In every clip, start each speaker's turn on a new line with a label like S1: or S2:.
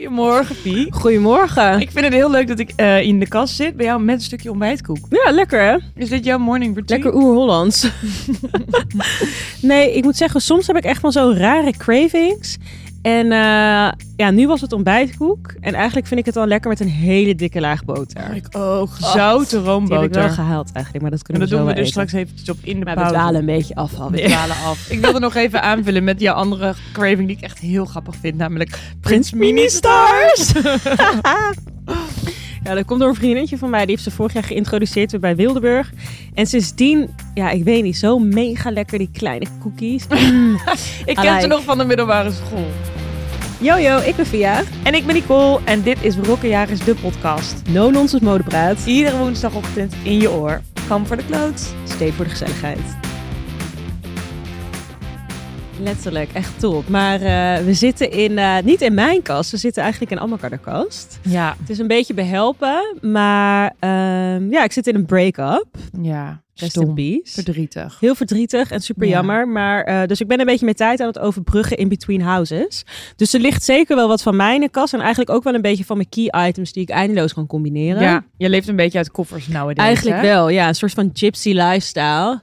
S1: Goedemorgen, Pie.
S2: Goedemorgen.
S1: Ik vind het heel leuk dat ik eh, in de kast zit bij jou met een stukje ontbijtkoek.
S2: Ja, lekker hè?
S1: Is dit jouw morning routine?
S2: Lekker oer-Hollands. nee, ik moet zeggen, soms heb ik echt wel zo rare cravings. En eh, ja, nu was het ontbijtkoek. En eigenlijk vind ik het wel lekker met een hele dikke laag boter.
S1: Oh, Ik ook. Zouten
S2: Oh, Die heb ik wel
S1: roomboter.
S2: gehaald eigenlijk, maar dat
S1: En
S2: kunnen
S1: dat
S2: we zo
S1: doen we
S2: wel
S1: dus
S2: eten.
S1: straks eventjes op in de
S2: Maar we
S1: pauze.
S2: dwalen een beetje af. Al. We
S1: Nee.
S2: dwalen af.
S1: Ik wilde nog even aanvullen met jouw andere craving die ik echt heel grappig vind, namelijk Prins Ministars.
S2: Ja, dat komt door een vriendinnetje van mij. Die heeft ze vorig jaar geïntroduceerd weer bij Wildeburg. En sindsdien, ja, ik weet niet, zo mega lekker die kleine cookies.
S1: ik ken ze
S2: Alright.
S1: nog van de middelbare school.
S2: Yo, yo, ik ben Via.
S1: En ik ben Nicole en dit is Rokkenjaar is de podcast.
S2: No nonsense modepraat.
S1: Iedere woensdagochtend in je oor. Kam voor de kloot.
S2: Steed voor de gezelligheid. Letterlijk, echt top. Maar eh, we zitten in, eh, niet in mijn kast, we zitten eigenlijk in Ammerkarder kast.
S1: Ja,
S2: Het is een beetje behelpen, maar ehm, ja, ik zit in een break-up.
S1: ja.
S2: Rest in
S1: Stom.
S2: peace.
S1: Verdrietig.
S2: Heel verdrietig en super
S1: Ja.
S2: jammer. Maar, eh, dus ik ben een beetje mijn tijd aan het overbruggen in between houses. Dus er ligt zeker wel wat van mij in de kast. En eigenlijk ook wel een beetje van mijn key items die ik eindeloos kan combineren.
S1: Ja, je leeft een beetje uit koffers nowadays.
S2: Eigenlijk
S1: hè?
S2: wel, ja. Een soort van gypsy lifestyle.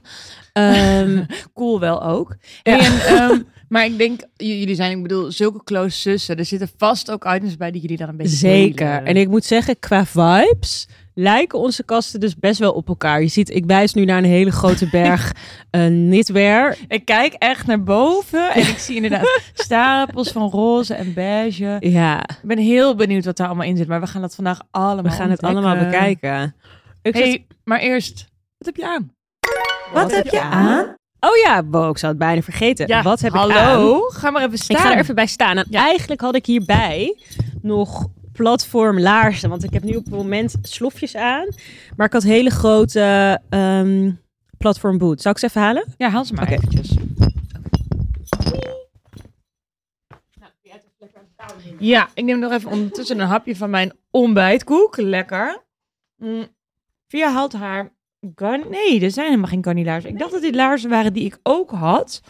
S2: Ehm,
S1: Cool wel ook.
S2: Ja.
S1: En, ehm, maar ik denk, j- jullie zijn, ik bedoel, zulke close zussen. Er zitten vast ook items bij die jullie dan een beetje
S2: Zeker.
S1: delen.
S2: En ik moet zeggen, qua vibes lijken onze kasten dus best wel op elkaar. Je ziet, ik wijs nu naar een hele grote berg eh knitwear.
S1: ik kijk echt naar boven en ik zie inderdaad stapels van roze en beige.
S2: Ja,
S1: Ik ben heel benieuwd wat daar allemaal in zit, maar we gaan dat vandaag allemaal
S2: we gaan het
S1: ontdekken.
S2: allemaal bekijken. Ik zit-
S1: Hey, maar eerst, wat heb je aan?
S2: wat heb je aan? Oh ja, wow, ik zou het bijna vergeten. wat heb
S1: hallo?
S2: ik aan?
S1: Ga maar even
S2: Ik
S1: staan.
S2: ga er even bij staan. En
S1: Ja.
S2: eigenlijk had ik hierbij nog platform laarzen. Want ik heb nu op het moment slofjes aan. Maar ik had hele grote ehm platform boots. Zou ik ze even halen?
S1: Ja, haal ze maar
S2: Oké.
S1: eventjes. Ja, ik neem nog even ondertussen een hapje van mijn ontbijtkoek. Lekker. Mm. Via haalt haar gar- Nee, er zijn helemaal geen garnilaarzen. Ik dacht dat dit laarzen waren die ik ook had.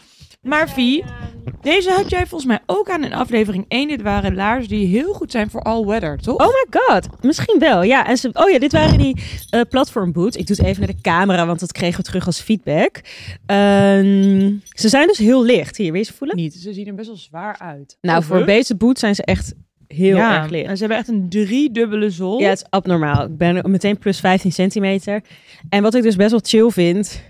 S1: Maar Vie, deze had jij volgens mij ook aan in aflevering 1. Dit waren laarzen die heel goed zijn voor all weather, toch?
S2: Oh my god, misschien wel. Ja, en ze, oh ja, dit waren die eh platform boots. Ik doe het even naar de camera, want dat kregen we terug als feedback. Ehm, ze zijn dus heel licht. Hier, wil je ze voelen?
S1: Niet, ze zien er best wel zwaar uit.
S2: Nou, voor deze boots zijn ze echt heel
S1: ja,
S2: erg licht.
S1: en Ze hebben echt een driedubbele zool.
S2: Ja, het is abnormaal. Ik ben meteen plus 15 centimeter. En wat ik dus best wel chill vind,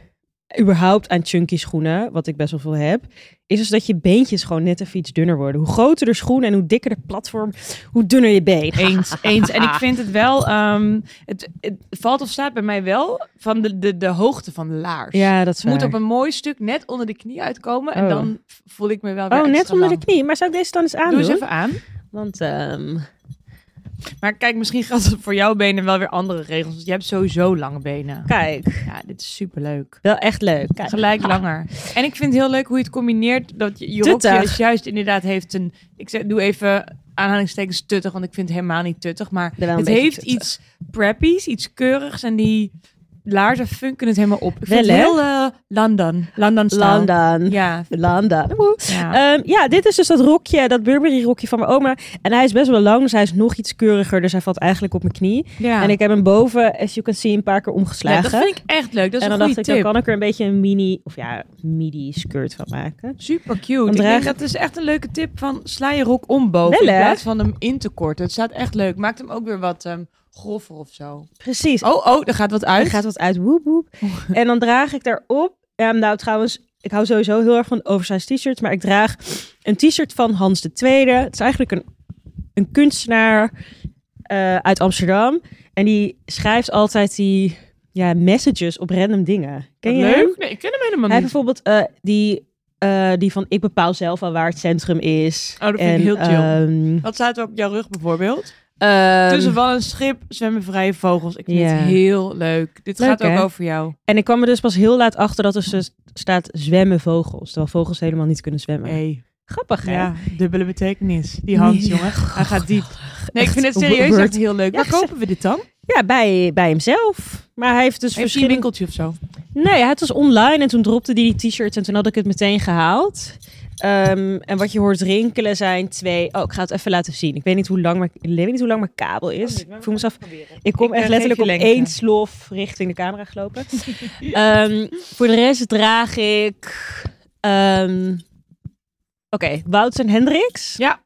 S2: überhaupt aan chunky schoenen, wat ik best wel veel heb, is dus dat je beentjes gewoon net even iets dunner worden. Hoe groter de schoen en hoe dikker de platform, hoe dunner je been.
S1: Eens, eens. En ik vind het wel, ehm, het, het valt of staat bij mij wel van de, de, de hoogte van de laars.
S2: Ja, dat is
S1: Het moet
S2: waar.
S1: op een mooi stuk net onder de knie uitkomen en
S2: Oh.
S1: dan voel ik me wel weer
S2: Oh, net
S1: extra
S2: onder de
S1: lang.
S2: knie. Maar zou ik deze dan eens aan
S1: Doe eens even aan.
S2: Want ehm,
S1: Maar kijk, misschien geldt het voor jouw benen wel weer andere regels. Want je hebt sowieso lange benen.
S2: kijk,
S1: Ja, dit is superleuk.
S2: wel echt leuk. Kijk.
S1: Gelijk langer. En ik vind het heel leuk hoe je het combineert. Dat je, je
S2: Tuttig.
S1: rokje is juist inderdaad heeft een... Ik zeg, doe even aanhalingstekens tuttig, want ik vind het helemaal niet tuttig. Maar
S2: Wel een
S1: het
S2: beetje
S1: heeft
S2: tuttig.
S1: iets preppies, iets keurigs. En die laarzen funken het helemaal op. Ik
S2: Wel,
S1: vind het
S2: hè?
S1: heel eh, London. London style.
S2: London.
S1: Ja.
S2: London.
S1: ja.
S2: Ehm, ja, dit is dus dat rokje, dat Burberry rokje van mijn oma. En hij is best wel lang, dus hij is nog iets keuriger. Dus hij valt eigenlijk op mijn knie.
S1: ja.
S2: En ik heb hem boven, as you can see, een paar keer
S1: Ja,
S2: omgeslagen.
S1: dat vind ik echt leuk. Dat is
S2: en dan
S1: een
S2: dacht
S1: goede
S2: ik,
S1: tip.
S2: dan kan ik er een beetje een mini, of ja, midi skirt van maken.
S1: Super cute.
S2: Dan
S1: Ik denk
S2: draag-
S1: dat is echt een leuke tip van sla je rok om boven
S2: Wel,
S1: in
S2: hè?
S1: plaats van hem in te korten. Het staat echt leuk. Maakt hem ook weer wat ehm groffer of zo.
S2: Precies.
S1: Oh, oh, er gaat wat uit.
S2: Er gaat wat uit, woep woep. En dan draag ik daarop, Ehm nou trouwens, ik hou sowieso heel erg van oversized t-shirts, maar ik draag een t-shirt van Hans de Tweede. Het is eigenlijk een, een kunstenaar eh, uit Amsterdam. En die schrijft altijd die ja, messages op random dingen. Ken
S1: Wat
S2: je hem?
S1: leuk? Nee, ik ken hem helemaal
S2: Hij heeft
S1: niet.
S2: bijvoorbeeld eh, die, eh, die van ik bepaal zelf al waar het centrum is.
S1: Oh, dat vind ik
S2: En,
S1: heel chill.
S2: ehm,
S1: Wat staat er op jouw rug bijvoorbeeld?
S2: ehm,
S1: Tussen wal en schip zwemmen vrije vogels. Ik vind
S2: Ja.
S1: het heel leuk. Dit
S2: Leuk,
S1: gaat ook
S2: hè?
S1: over jou.
S2: en ik kwam er dus pas heel laat achter dat er dus staat zwemmen vogels. Terwijl vogels helemaal niet kunnen zwemmen.
S1: Hey.
S2: Grappig hè?
S1: Ja, dubbele betekenis. Die hand,
S2: Nee.
S1: jongen. Hij gaat diep. Nee, ik
S2: Echt
S1: vind het serieus
S2: word.
S1: echt heel leuk.
S2: Ja,
S1: Waar
S2: gezellig.
S1: kopen we dit dan?
S2: Ja, bij, bij hemzelf. Maar hij heeft dus
S1: Heeft hij een
S2: verschillende...
S1: winkeltje of zo?
S2: Nee, het was online en toen dropte hij die t-shirts en toen had ik het meteen gehaald. Ehm, en wat je hoort rinkelen zijn twee... Oh, ik ga het even laten zien. Ik weet niet hoe lang mijn, ik weet niet hoe lang mijn kabel
S1: Oh,
S2: is. Ik voel mezelf... Ik kom
S1: eh,
S2: echt letterlijk op één slof richting de camera gelopen. Ehm, voor de rest draag ik... ehm, Oké, Wout en Hendricks.
S1: Ja.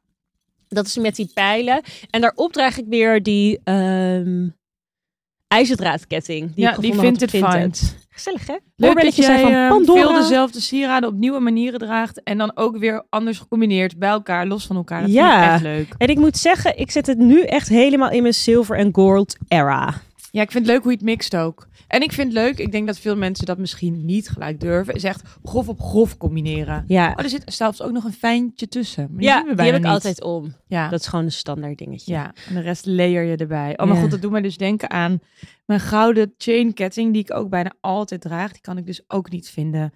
S2: Dat is met die pijlen. En daarop draag ik weer die ehm ijzerdraadketting. Die
S1: ja, die vindt het fijn.
S2: Gezellig, hè?
S1: Leuk dat
S2: Oorbelletjes
S1: jij
S2: zijn
S1: eh,
S2: van Pandora.
S1: veel dezelfde sieraden op nieuwe manieren draagt. En dan ook weer anders gecombineerd bij elkaar, los van elkaar. Dat
S2: Ja.
S1: vind ik echt leuk.
S2: En ik moet zeggen, ik zet het nu echt helemaal in mijn silver en gold era.
S1: Ja, ik vind het leuk hoe je het mixt ook. En ik vind het leuk, ik denk dat veel mensen dat misschien niet gelijk durven, is echt grof op grof combineren.
S2: Ja,
S1: Oh, er zit zelfs ook nog een fijntje tussen. Maar die
S2: ja
S1: zien we
S2: die heb
S1: bijna
S2: ik
S1: niet.
S2: altijd om.
S1: Ja.
S2: Dat is gewoon een standaard dingetje.
S1: Ja, en de rest layer je erbij. Oh mijn
S2: Ja.
S1: god, dat doet mij dus denken aan mijn gouden chain ketting, die ik ook bijna altijd draag. Die kan ik dus ook niet vinden.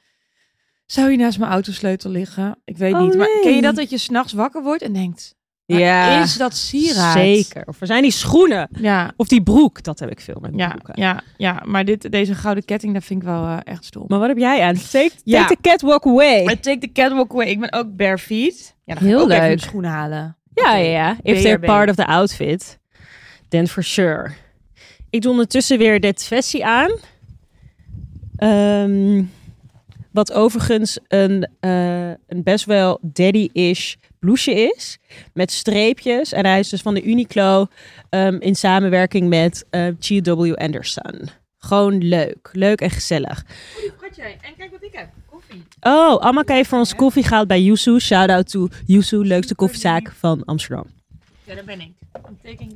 S1: Zou je naast mijn autosleutel liggen? Ik weet
S2: Oh,
S1: niet. Maar ken
S2: nee.
S1: je dat dat je s'nachts wakker wordt en denkt, maar
S2: Ja,
S1: is dat sieraad?
S2: zeker. Of er zijn die schoenen.
S1: Ja,
S2: Of die broek, dat heb ik veel met
S1: ja,
S2: mijn broeken.
S1: ja, ja. Maar dit, deze gouden ketting, dat vind ik wel eh, echt stom.
S2: Maar wat heb jij aan? Take, take
S1: Ja.
S2: the catwalk away.
S1: I take the catwalk away. Ik ben ook bare feet. Ja, dan ga
S2: Heel
S1: ik ook even
S2: leuk.
S1: mijn schoenen halen.
S2: Ja, ja, ja. If they're
S1: BRB.
S2: part of the outfit, then for sure. Ik doe ondertussen weer dit vestie aan. Ehm, wat overigens een, eh, een best wel daddy-ish blouseje is. Met streepjes. En hij is dus van de Uniqlo ehm, in samenwerking met eh, G.W. Anderson. Gewoon leuk. Leuk en gezellig.
S1: jij. En kijk wat ik heb. Koffie.
S2: Oh, Amaka heeft voor ons koffie gehaald bij Yusu. Shout-out to Yusu, leukste koffiezaak van Amsterdam.
S1: Ja, daar ben ik.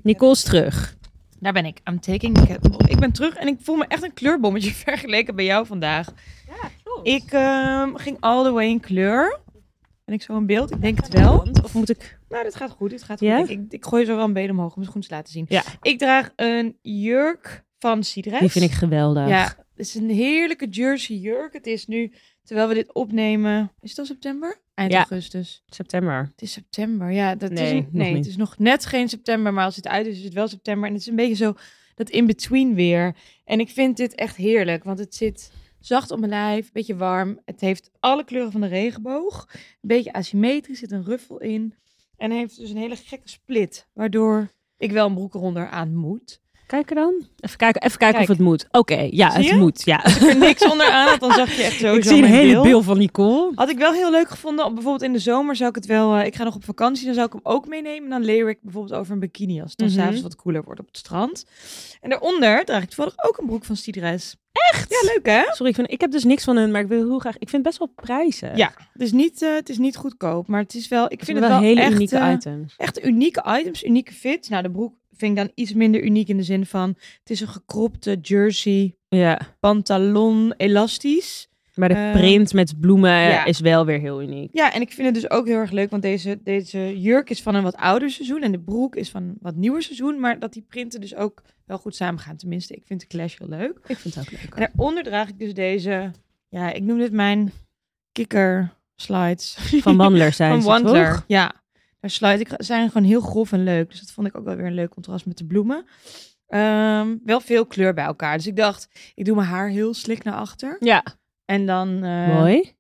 S2: Nicole is terug.
S1: Daar ben ik. I'm taking the catwalk. Ik ben terug en ik voel me echt een kleurbommetje vergeleken bij jou vandaag. Ik ehm, ging all the way in kleur. Ben ik zo in beeld? Ik denk het wel.
S2: Of moet ik...
S1: Nou, dit gaat goed. Dit gaat
S2: Ja?
S1: goed. Ik, ik, ik gooi zo wel een been omhoog om het goed te laten zien.
S2: Ja.
S1: Ik draag een jurk van Sidres.
S2: Die vind ik geweldig.
S1: Ja, het is een heerlijke jersey jurk. Het is nu, terwijl we dit opnemen... Is het al september? Eind
S2: Ja.
S1: augustus.
S2: September.
S1: Het is september, ja. Dat
S2: Nee,
S1: is een-
S2: nog
S1: nee
S2: niet.
S1: het is nog net geen september, maar als het uit is, is het wel september. En het is een beetje zo dat in-between weer. En ik vind dit echt heerlijk, want het zit zacht op mijn lijf, een beetje warm. Het heeft alle kleuren van de regenboog. Een beetje asymmetrisch, zit een ruffel in. En heeft dus een hele gekke split, waardoor ik wel een broek eronder aan moet.
S2: Kijken dan? Even kijken, even kijken
S1: Kijk.
S2: of het moet. Oké, ja,
S1: Zie
S2: het
S1: je?
S2: moet. Ja.
S1: Als ik er niks onder aan had, dan zag je echt
S2: Ik
S1: sowieso
S2: zie een
S1: mijn
S2: hele
S1: bil.
S2: beeld van Nicole.
S1: Had ik wel heel leuk gevonden. op- Bijvoorbeeld in de zomer zou ik het wel. eh, ik ga nog op vakantie, dan zou ik hem ook meenemen. En dan leer ik bijvoorbeeld over een bikini als het dan
S2: Mhm.
S1: s'avonds wat koeler wordt op het strand. En daaronder draag ik toevallig ook een broek van Sidres. Echt? Ja, leuk hè?
S2: Sorry, ik, vind, ik heb dus niks van hun, maar ik wil heel graag... Ik vind best wel prijzen.
S1: Ja, het is niet, eh, het is niet goedkoop, maar het is wel. Ik
S2: Ik
S1: vind
S2: vind
S1: het
S2: wel,
S1: wel
S2: hele
S1: echt,
S2: unieke
S1: eh,
S2: items.
S1: Echt unieke items, unieke fit. Nou, de broek vind ik dan iets minder uniek in de zin van het is een gekropte jersey,
S2: Ja,
S1: pantalon, elastisch.
S2: maar de
S1: eh,
S2: print met bloemen
S1: ja.
S2: is wel weer heel uniek.
S1: Ja, en ik vind het dus ook heel erg leuk, want deze, deze jurk is van een wat ouder seizoen en de broek is van een wat nieuwer seizoen. Maar dat die printen dus ook wel goed samen gaan. Tenminste, ik vind de clash heel leuk.
S2: Ik vind het ook leuk.
S1: En daaronder draag ik dus deze, ja, ik noem dit mijn kikker slides.
S2: Van Wandler zijn
S1: Van
S2: ze,
S1: Wandler.
S2: toch?
S1: Ja, daar sluit ik. zijn gewoon heel grof en leuk. Dus dat vond ik ook wel weer een leuk contrast met de bloemen. Ehm, wel veel kleur bij elkaar. Dus ik dacht, ik doe mijn haar heel slik naar achter.
S2: Ja,
S1: En dan, eh,
S2: mooi.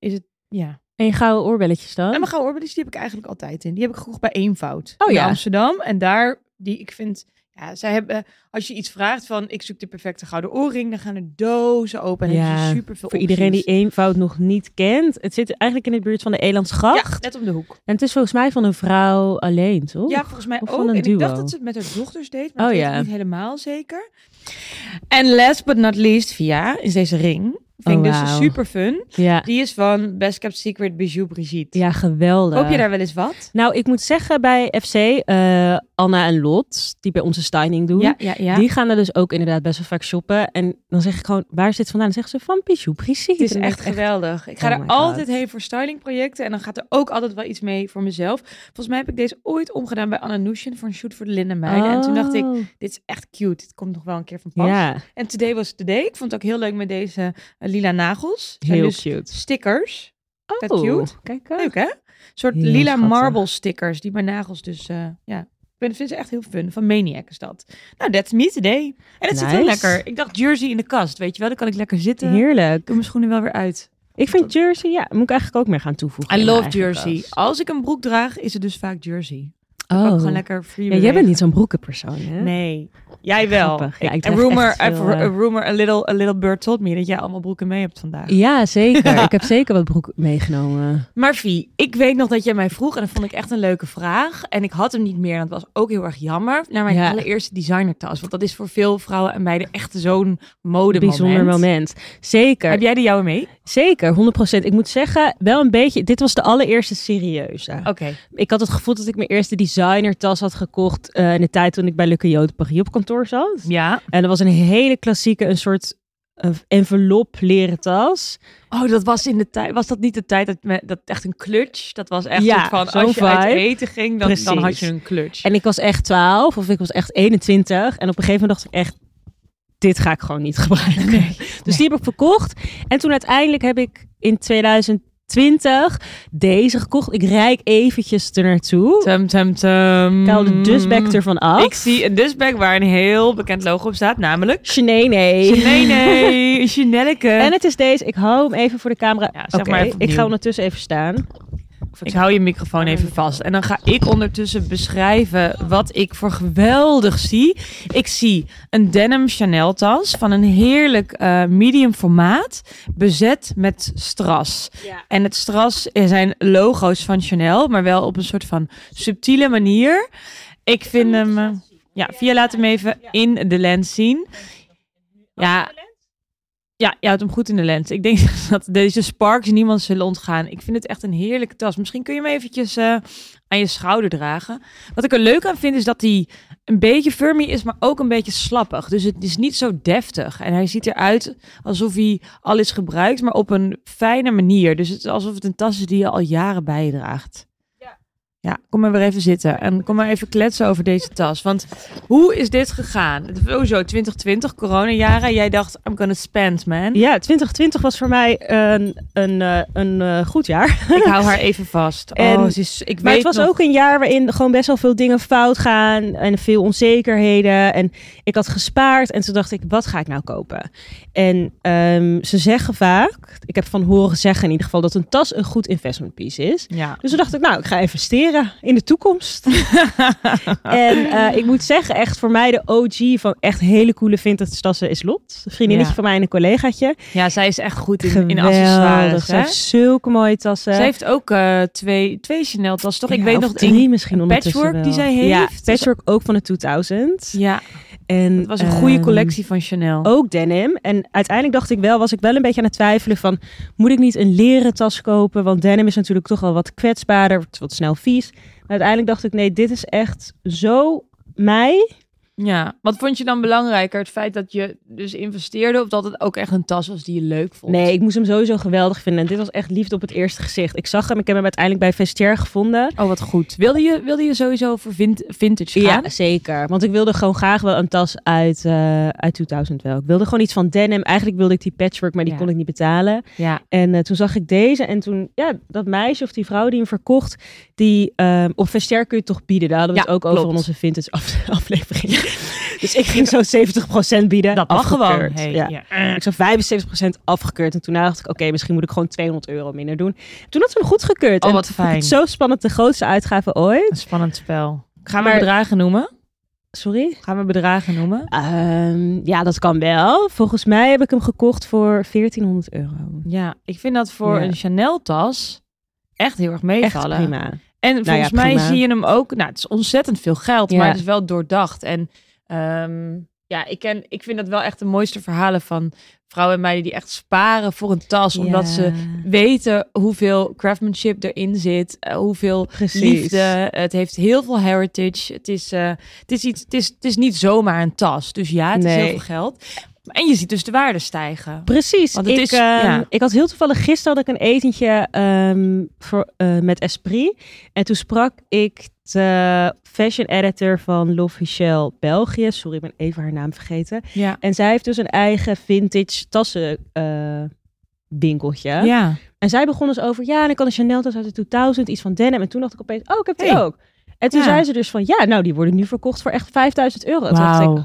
S1: ja,
S2: En je gouden oorbelletjes dan?
S1: en mijn gouden oorbelletjes, die heb ik eigenlijk altijd in. Die heb ik gekocht bij Eenvoud
S2: Oh
S1: in
S2: ja.
S1: Amsterdam. En daar, die ik vind... Ja, zij hebben... Als je iets vraagt van, ik zoek de perfecte gouden oorring, dan gaan er dozen open en
S2: Ja,
S1: heb je super veel
S2: Voor iedereen die eenvoud nog niet kent. Het zit eigenlijk in de buurt van de Elandsgracht.
S1: Ja, net om de hoek.
S2: En het is volgens mij van een vrouw alleen, toch?
S1: Ja, volgens mij
S2: of
S1: ook.
S2: van een
S1: en ik dacht
S2: duo.
S1: dat ze het met haar dochters deed, maar
S2: Oh
S1: dat weet
S2: ja.
S1: ik niet helemaal zeker. En last but not least, Via, is deze ring. Vind
S2: Oh,
S1: ik dus
S2: wauw.
S1: super fun.
S2: Ja,
S1: Die is van Best Kept Secret Bijou Brigitte.
S2: ja geweldig.
S1: Koop je daar wel eens wat?
S2: Nou, ik moet zeggen bij FC, eh, Anna en Lot, die bij onze styling doen,
S1: ja, ja.
S2: die gaan er dus ook inderdaad best wel vaak shoppen. En dan zeg ik gewoon, waar is dit vandaan? Dan zeggen ze, van Pichou, precies.
S1: Het is
S2: En
S1: echt geweldig. Ik ga
S2: Oh
S1: er
S2: my
S1: altijd
S2: God.
S1: heen voor stylingprojecten. En dan gaat er ook altijd wel iets mee voor mezelf. Volgens mij heb ik deze ooit omgedaan bij Anna Nushin voor een shoot voor de Linda Meiden. En toen dacht ik,
S2: Oh,
S1: dit is echt cute. Dit komt nog wel een keer van pas.
S2: ja,
S1: En today was today. Ik vond het ook heel leuk met deze eh, lila nagels. Het zijn
S2: heel
S1: dus
S2: cute. Oh,
S1: stickers. dat cute?
S2: Kijk, aan.
S1: Leuk hè? Een soort
S2: Heel
S1: lila
S2: schattig.
S1: marble stickers die mijn nagels dus... eh, ja. Ik ben- vind ze echt heel fun. Van Maniac is dat. Nou, that's me today. En het zit heel
S2: Nice.
S1: lekker. Ik dacht jersey in de kast, weet je wel. Dan kan ik lekker zitten.
S2: heerlijk.
S1: Doe mijn schoenen wel weer uit.
S2: Ik vind jersey, ja, moet ik eigenlijk ook meer gaan toevoegen.
S1: I
S2: in mijn
S1: love
S2: eigen
S1: jersey.
S2: kast.
S1: Als ik een broek draag, is het dus vaak jersey. Dan kan ik
S2: Oh.
S1: gewoon lekker free
S2: Ja, jij
S1: bewegen.
S2: bent niet zo'n broekenpersoon, hè?
S1: Nee, jij wel.
S2: Grappig. Ja, ik
S1: En
S2: draag
S1: rumor,
S2: echt veel,
S1: I've-
S2: eh,
S1: a rumor, a little, a little bird told me dat jij allemaal broeken mee hebt vandaag.
S2: Ja, zeker. ik heb zeker wat broek meegenomen.
S1: Maar Vie, ik weet nog dat jij mij vroeg en dat vond ik echt een leuke vraag. En ik had hem niet meer en dat was ook heel erg jammer. Naar mijn
S2: Ja.
S1: allereerste designertas, want dat is voor veel vrouwen en meiden echt zo'n modemoment.
S2: Bijzonder moment. Zeker.
S1: Heb jij de jouwe mee?
S2: Zeker, 100%. Ik moet zeggen, wel een beetje. Dit was de allereerste serieuze.
S1: Oké.
S2: Ik had het gevoel dat ik mijn eerste designertas had gekocht. eh, in de tijd toen ik bij Lukke Jood Paris op kantoor zat.
S1: Ja.
S2: En dat was een hele klassieke, een soort eh, envelop leren tas.
S1: Oh, dat was in de tijd. Was dat niet de tijd dat, me, dat echt een clutch? Dat was echt
S2: Ja,
S1: soort van
S2: zo'n
S1: als je uit
S2: vibe.
S1: eten ging, dan, dan had
S2: Precies.
S1: je een clutch.
S2: En ik was echt 12 of ik was echt 21. En op een gegeven moment dacht ik echt, dit ga ik gewoon niet gebruiken. Dus die heb ik verkocht. En toen uiteindelijk heb ik in 2020 deze gekocht. Ik rijk eventjes ernaartoe.
S1: Tum, tum, tum.
S2: Ik haal de dusback ervan af.
S1: Mm. Ik zie een dusback waar een heel bekend logo op staat, namelijk...
S2: Genee, nee.
S1: Nee, nee, Chanelke.
S2: En het is deze. Ik hou hem even voor de camera.
S1: Ja, zeg
S2: Oké,
S1: maar even
S2: ik
S1: opnieuw.
S2: ga ondertussen even staan.
S1: Ik hou je microfoon even vast. En dan ga ik ondertussen beschrijven wat ik voor geweldig zie. Ik zie een denim Chanel tas van een heerlijk eh, medium formaat. Bezet met stras. En het stras zijn logo's van Chanel. Maar wel op een soort van subtiele manier. Ik vind hem... eh, ja, Via laat hem even in de lens zien. Ja, ja, je houdt hem goed in de lens. Ik denk dat deze sparks niemand zullen ontgaan. Ik vind het echt een heerlijke tas. Misschien kun je hem eventjes eh, aan je schouder dragen. Wat ik er leuk aan vind is dat hij een beetje furmy is, maar ook een beetje slappig. Dus het is niet zo deftig. En hij ziet eruit alsof hij al is gebruikt, maar op een fijne manier. Dus het is alsof het een tas is die je al jaren bij je draagt. Ja, kom maar weer even zitten en kom maar even kletsen over deze tas. Want hoe is dit gegaan? Het was Sowieso 2020, coronajaren. Jij dacht, I'm gonna spend, man.
S2: Ja, 2020 was voor mij een, een, eh, een eh, goed jaar.
S1: Ik hou haar even vast.
S2: En-
S1: oh, ze is, ik
S2: Maar
S1: weet
S2: het was
S1: nog-
S2: ook een jaar waarin gewoon best wel veel dingen fout gaan. En veel onzekerheden. En ik had gespaard. En toen dacht ik, wat ga ik nou kopen? En ehm, ze zeggen vaak, ik heb van horen zeggen in ieder geval, dat een tas een goed investment piece is.
S1: Ja.
S2: Dus toen dacht ik, nou, ik ga investeren in de toekomst. en eh, ik moet zeggen, echt voor mij de OG van echt hele coole vintage tassen is Lot. Een vriendinnetje
S1: Ja.
S2: van mij en een collegaatje.
S1: ja, zij is echt goed in, in
S2: Geweldig.
S1: accessoires.
S2: Ze
S1: Hè?
S2: heeft zulke mooie tassen.
S1: Zij heeft ook eh, twee, twee Chanel tassen, toch? ik
S2: Ja,
S1: weet
S2: of
S1: nog
S2: drie
S1: één-
S2: misschien
S1: een
S2: ondertussen
S1: patchwork die
S2: wel.
S1: zij
S2: Ja,
S1: heeft.
S2: patchwork ook van de 2000.
S1: Ja,
S2: En
S1: het was een goede
S2: ehm,
S1: collectie van Chanel.
S2: Ook denim. En uiteindelijk dacht ik wel, was ik wel een beetje aan het twijfelen van, moet ik niet een leren tas kopen? Want denim is natuurlijk toch al wat kwetsbaarder, wordt wat snel vies. Maar uiteindelijk dacht ik, nee, dit is echt zo mij.
S1: Ja. Wat vond je dan belangrijker? Het feit dat je dus investeerde of dat het ook echt een tas was die je leuk vond?
S2: Nee, ik moest hem sowieso geweldig vinden. En dit was echt liefde op het eerste gezicht. Ik zag hem, ik heb hem uiteindelijk bij Vestiaire gevonden.
S1: Oh, wat goed. Wilde je, wilde je sowieso voor vin- vintage gaan?
S2: Ja, zeker. Want ik wilde gewoon graag wel een tas uit, eh, uit 2000 wel. Ik wilde gewoon iets van denim. Eigenlijk wilde ik die patchwork, maar die
S1: Ja.
S2: kon ik niet betalen.
S1: ja.
S2: En eh, toen zag ik deze en toen, ja, dat meisje of die vrouw die hem verkocht, die ehm, op Vestiaire kun je het toch bieden. Daar hadden we
S1: Ja,
S2: het ook over in
S1: klopt.
S2: onze vintage af- aflevering. dus ik ging zo 70% bieden.
S1: Dat mag gewoon.
S2: Afgekeurd.
S1: Hey,
S2: ja.
S1: ja.
S2: Ik zag 75% afgekeurd. En toen dacht ik, oké, misschien moet ik gewoon 200 euro minder doen. Toen had ze hem goedgekeurd.
S1: Oh,
S2: En
S1: wat
S2: toen vond ik
S1: fijn.
S2: het zo spannend, de grootste uitgave ooit.
S1: Een spannend spel. Gaan we
S2: Maar-
S1: bedragen noemen?
S2: Sorry?
S1: Gaan we bedragen noemen?
S2: Ehm, ja, dat kan wel. Volgens mij heb ik hem gekocht voor 1400 euro.
S1: Ja, ik vind dat voor
S2: Ja.
S1: een Chanel-tas echt heel erg meevallen.
S2: Echt prima.
S1: En volgens mij
S2: prima.
S1: zie je hem ook. Nou, het is ontzettend veel geld,
S2: Ja.
S1: maar het is wel doordacht. En ehm, ja, ik, ken, ik vind dat wel echt de mooiste verhalen van vrouwen en meiden die echt sparen voor een tas, omdat ze weten hoeveel craftsmanship erin zit, eh, hoeveel
S2: Precies.
S1: liefde. Het heeft heel veel heritage. Het is, eh, het, is iets, het, is, het is niet zomaar een tas. Dus ja, het is
S2: Nee.
S1: heel veel geld. En je ziet dus de waarde stijgen.
S2: Precies.
S1: Want het
S2: ik,
S1: is-
S2: ehm,
S1: ja.
S2: ik had heel toevallig gisteren had ik een etentje ehm, voor, eh, met Esprit. En toen sprak ik de fashion editor van Love Michel België. Sorry, ik ben even haar naam vergeten.
S1: Ja.
S2: En zij heeft dus een eigen vintage tassen eh, winkeltje.
S1: Ja.
S2: En zij begon dus over, ja, en ik had een Chanel tas uit de 2000, iets van denim. En toen dacht ik opeens, oh, ik heb die
S1: Hey.
S2: ook. En toen
S1: Ja.
S2: zei ze dus van, ja, nou, die worden nu verkocht voor echt 5000 euro. Toen dacht
S1: Wauw.
S2: ik,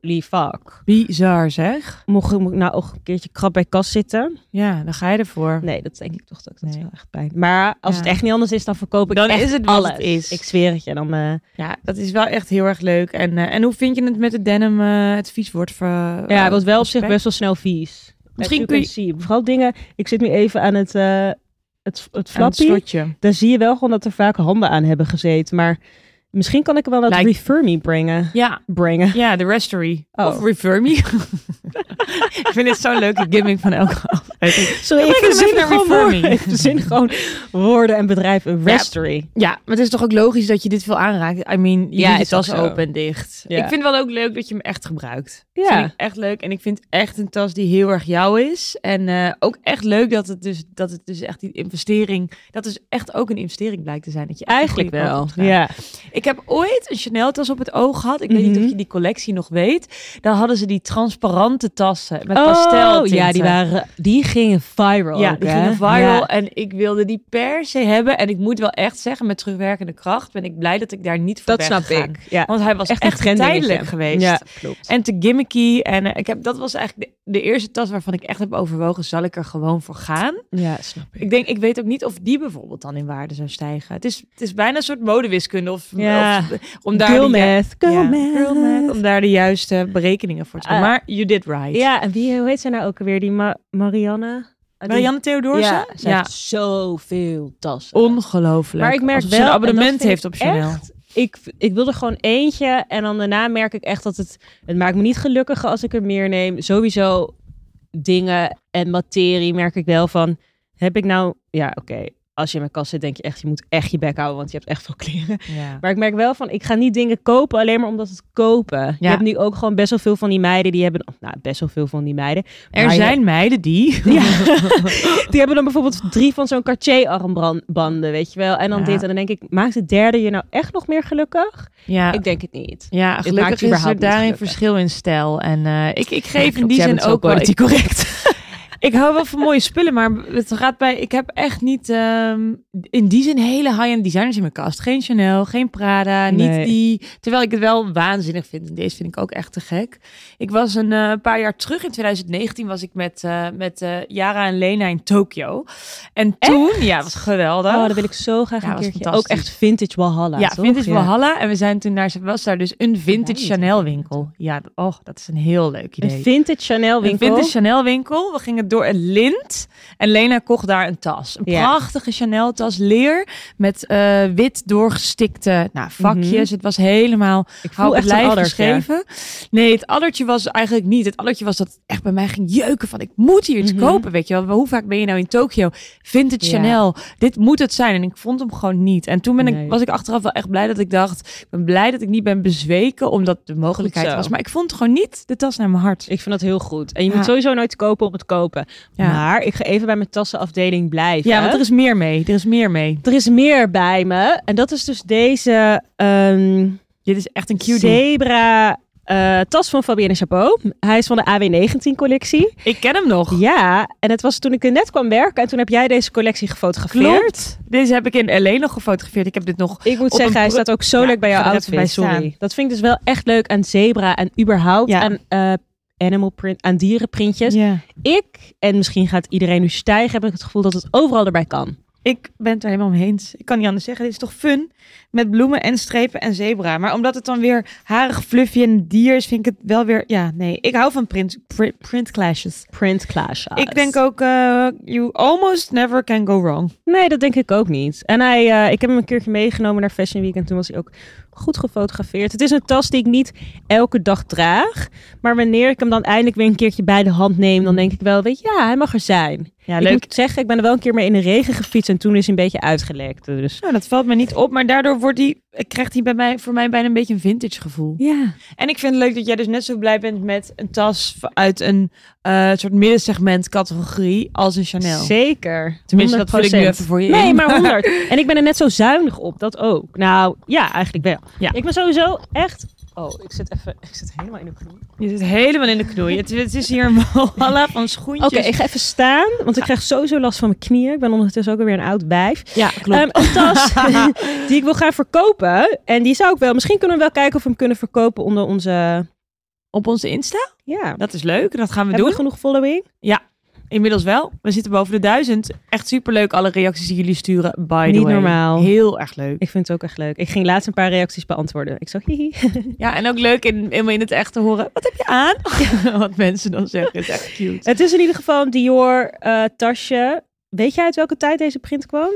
S2: holy fuck.
S1: Bizar zeg.
S2: Mocht ik moet ik nou ook een keertje krap bij kas zitten?
S1: Ja, dan ga je ervoor.
S2: Nee, dat denk ik toch ook. Dat is
S1: Nee.
S2: wel echt pijn. Maar als
S1: Ja.
S2: het echt niet anders is, dan verkoop ik
S1: Dan
S2: echt
S1: is het wat
S2: alles.
S1: het is.
S2: Ik zweer het je. Dan, eh,
S1: Ja, dat is wel echt heel erg leuk. En, eh, en hoe vind je het met het denim, eh, het eh, vies wordt?
S2: ja, het wordt wel op zich
S1: aspect.
S2: best wel snel vies.
S1: Misschien
S2: As you
S1: kun
S2: can see. Vooral dingen... Ik zit nu even aan het, eh het, het flappie.
S1: slotje.
S2: Dan zie je wel gewoon dat er vaak handen aan hebben gezeten. Maar misschien kan ik er wel dat
S1: Lijkt-
S2: refurmy brengen.
S1: Ja,
S2: brengen.
S1: ja, de restory.
S2: Oh.
S1: Of refer me. ik vind dit zo'n leuke gimmick van elke aflevering.
S2: Sorry,
S1: ik
S2: ik
S1: verzin
S2: verzin
S1: er
S2: gewoon
S1: reforming.
S2: woorden. Ik verzin gewoon woorden en bedrijven. Restory.
S1: Ja, maar het is toch ook logisch dat je dit veel aanraakt. I mean, je
S2: Ja,
S1: ja, doet
S2: is
S1: tas
S2: ook zo.
S1: open en dicht.
S2: Ja.
S1: Ik vind wel ook leuk dat je hem echt gebruikt.
S2: Ja.
S1: Dat vind ik echt leuk. En ik vind echt een tas die heel erg jou is. En eh, ook echt leuk dat het, dus, dat het dus echt die investering... Dat is echt ook een investering blijkt te zijn. Dat je echt de goede kant op gaat.
S2: Ja.
S1: Ik heb ooit een Chanel-tas op het oog gehad. Ik weet niet
S2: Mhm.
S1: of je die collectie nog weet. Dan hadden ze die transparante tassen met
S2: Oh,
S1: pastel.
S2: ja, die, waren, die gingen viral.
S1: Ja,
S2: ook,
S1: die
S2: hè?
S1: gingen viral
S2: Ja.
S1: en ik wilde die per se hebben. En ik moet wel echt zeggen, met terugwerkende kracht ben ik blij dat ik daar niet voor
S2: Dat
S1: ben
S2: snap
S1: gegaan.
S2: ik. Ja.
S1: Want hij was echt,
S2: een trenddingetje.
S1: tijdelijk geweest.
S2: Ja, klopt.
S1: En te gimmicky. En eh, ik heb, dat was eigenlijk de, de eerste tas waarvan ik echt heb overwogen, zal ik er gewoon voor gaan?
S2: ja, snap ik.
S1: Ik denk, ik weet ook niet of die bijvoorbeeld dan in waarde zou stijgen. Het is, het is bijna een soort modewiskunde. Of,
S2: Ja.
S1: of- om daar
S2: girl
S1: de ju-
S2: math, girl
S1: ja,
S2: math.
S1: girl math, Om daar de juiste berekeningen voor te doen.
S2: Ah.
S1: maar you did right.
S2: Ja, en wie, hoe heet zij nou ook alweer? Die Ma- Marianne?
S1: Marianne Theodorsen?
S2: Ja, zij heeft zoveel tassen.
S1: Ongelooflijk.
S2: Maar ik merk
S1: Alsof ze
S2: wel,
S1: een
S2: en dat
S1: abonnement
S2: vind ik
S1: heeft op Chanel.
S2: echt- ik, ik wil er gewoon eentje. En dan daarna merk ik echt dat het... Het maakt me niet gelukkiger als ik er meer neem. Sowieso dingen en materie merk ik wel van... Heb ik nou... Ja, oké. Als je in mijn kast zit, denk je echt... Je moet echt je bek houden, want je hebt echt veel kleren.
S1: Ja.
S2: Maar ik merk wel van... Ik ga niet dingen kopen alleen maar omdat het kopen. Je
S1: Ja.
S2: hebt nu ook gewoon best wel veel van die meiden. Die hebben... Nou, best wel veel van die meiden.
S1: Er
S2: Maar je-
S1: zijn meiden die...
S2: Ja. die hebben dan bijvoorbeeld drie van zo'n Cartier-armbanden, weet je wel. En dan
S1: Ja.
S2: dit. En dan denk ik, maakt het derde je nou echt nog meer gelukkig?
S1: Ja,
S2: Ik denk het niet.
S1: ja
S2: maakt
S1: gelukkig is
S2: überhaupt
S1: er
S2: niet
S1: daarin
S2: gelukkig.
S1: verschil in stijl. En eh, ik, ik geef in
S2: Klopt,
S1: die
S2: jij
S1: zin
S2: bent zo
S1: ook wel... Ik,
S2: politiek correct.
S1: ik hou wel van mooie spullen, maar het gaat bij... Ik heb echt niet ehm, in die zin hele high-end designers in mijn kast. Geen Chanel, geen Prada,
S2: Nee.
S1: niet die... Terwijl ik het wel waanzinnig vind. En deze vind ik ook echt te gek. Ik was een eh, paar jaar terug, in 2019, was ik met, eh, met eh, Yara en Lena in Tokio. En toen... Ja, was geweldig.
S2: Oh, dat wil ik zo graag
S1: Ja,
S2: een
S1: was
S2: keertje. Ook
S1: fantastisch.
S2: echt vintage Walhalla,
S1: Ja,
S2: toch?
S1: vintage
S2: Ja.
S1: Walhalla. En we zijn toen naar, was daar dus een vintage
S2: Ja,
S1: Chanel winkel. Ja, d- oh, dat is een heel leuk idee.
S2: Een vintage Chanel
S1: Een
S2: winkel.
S1: vintage Chanel winkel. We gingen door een lint en Lena kocht daar een tas. Een
S2: Ja.
S1: prachtige Chanel tas, leer, met eh, wit doorgestikte nou, vakjes.
S2: Mhm.
S1: Het was helemaal
S2: ik voel
S1: hou
S2: echt
S1: echt
S2: een
S1: lijf
S2: addertje.
S1: geschreven. Nee, het addertje was eigenlijk niet. Het addertje was dat het echt bij mij ging jeuken van ik moet hier iets
S2: Mhm.
S1: kopen. Weet je wel, Maar hoe vaak ben je nou in Tokio? Vindt het
S2: Ja.
S1: Chanel? Dit moet het zijn. En ik vond hem gewoon niet. En toen ben
S2: Nee.
S1: ik, was ik achteraf wel echt blij dat ik dacht, ik ben blij dat ik niet ben bezweken omdat de mogelijkheid
S2: zo.
S1: was. Maar ik vond gewoon niet de tas naar mijn hart.
S2: Ik vind dat heel goed. En je
S1: Ja.
S2: moet sowieso nooit kopen op het kopen.
S1: Ja.
S2: Maar ik ga even bij mijn tassenafdeling blijven.
S1: Ja, want er is meer mee. Er is meer mee.
S2: er is meer bij me. En dat is dus deze... ehm,
S1: Dit is echt een cutie.
S2: Zebra eh, tas van Fabienne Chapeau. Hij is van de AW19 collectie.
S1: Ik ken hem nog.
S2: Ja, en het was toen ik er net kwam werken en toen heb jij deze collectie gefotografeerd.
S1: Klopt. Deze heb ik in LA nog gefotografeerd. Ik heb dit nog
S2: Ik moet
S1: Op
S2: zeggen,
S1: een
S2: hij
S1: pro-
S2: staat ook zo
S1: Ja,
S2: leuk bij jouw
S1: ga er
S2: outfit.
S1: even bij staan.
S2: Sorry. Dat vind ik dus wel echt leuk aan zebra en überhaupt
S1: Ja.
S2: aan eh, animal print, aan dierenprintjes.
S1: Ja.
S2: Ik, en misschien gaat iedereen nu stijgen, heb ik het gevoel dat het overal erbij kan.
S1: Ik ben het er helemaal mee eens. Ik kan niet anders zeggen. Dit is toch fun? Met bloemen en strepen en zebra. Maar omdat het dan weer harig, fluffy en dier is, vind ik het wel weer... Ja, nee. Ik hou van print, print, print clashes.
S2: Print clash.
S1: Ik denk ook, eh, you almost never can go wrong.
S2: Nee, dat denk ik ook niet. En hij, eh, ik heb hem een keertje meegenomen naar Fashion Week en toen was hij ook goed gefotografeerd. Het is een tas die ik niet elke dag draag, maar wanneer ik hem dan eindelijk weer een keertje bij de hand neem, dan denk ik wel, weet je, ja, hij mag er zijn.
S1: Ja,
S2: ik moet zeggen, ik ben er wel een keer mee in de regen gefietst en toen is hij een beetje uitgelekt. Dus
S1: Nou, dat valt me niet op. Maar daardoor wordt die, krijgt hij bij mij, voor mij bijna een beetje een vintage gevoel.
S2: ja,
S1: En ik vind het leuk dat jij dus net zo blij bent met een tas uit een eh, soort middensegment categorie als een Chanel.
S2: zeker.
S1: Tenminste, dat vul ik nu
S2: 100%.
S1: even voor je
S2: Nee,
S1: in.
S2: maar 100. En ik ben er net zo zuinig op, dat ook. Nou, ja, eigenlijk wel.
S1: Ja.
S2: Ik ben sowieso echt Oh, ik zit even. Ik zit helemaal in de knoei.
S1: Je zit helemaal in de knoei. Het, het is hier een walhalla van
S2: Oké,
S1: schoentjes.
S2: ik ga even staan, want ik krijg sowieso last van mijn knieën. Ik ben ondertussen ook alweer een oud wijf.
S1: Ja, klopt.
S2: Ehm, een tas die ik wil gaan verkopen. En die zou ik wel. Misschien kunnen we wel kijken of we hem kunnen verkopen onder onze.
S1: op onze Insta?
S2: Ja.
S1: Dat is leuk. Dat gaan we
S2: Hebben
S1: doen.
S2: we genoeg following?
S1: Inmiddels wel. We zitten boven de duizend. Echt superleuk alle reacties die jullie sturen. By the
S2: Niet
S1: way.
S2: normaal.
S1: Heel erg leuk.
S2: Ik vind het ook echt leuk. Ik ging laatst een paar reacties beantwoorden. Ik zo hihi.
S1: Ja, en ook leuk in, helemaal in het echt te horen. Wat heb je aan? Wat mensen dan zeggen is echt cute.
S2: Het is in ieder geval een Dior eh, tasje. Weet jij uit welke tijd deze print kwam?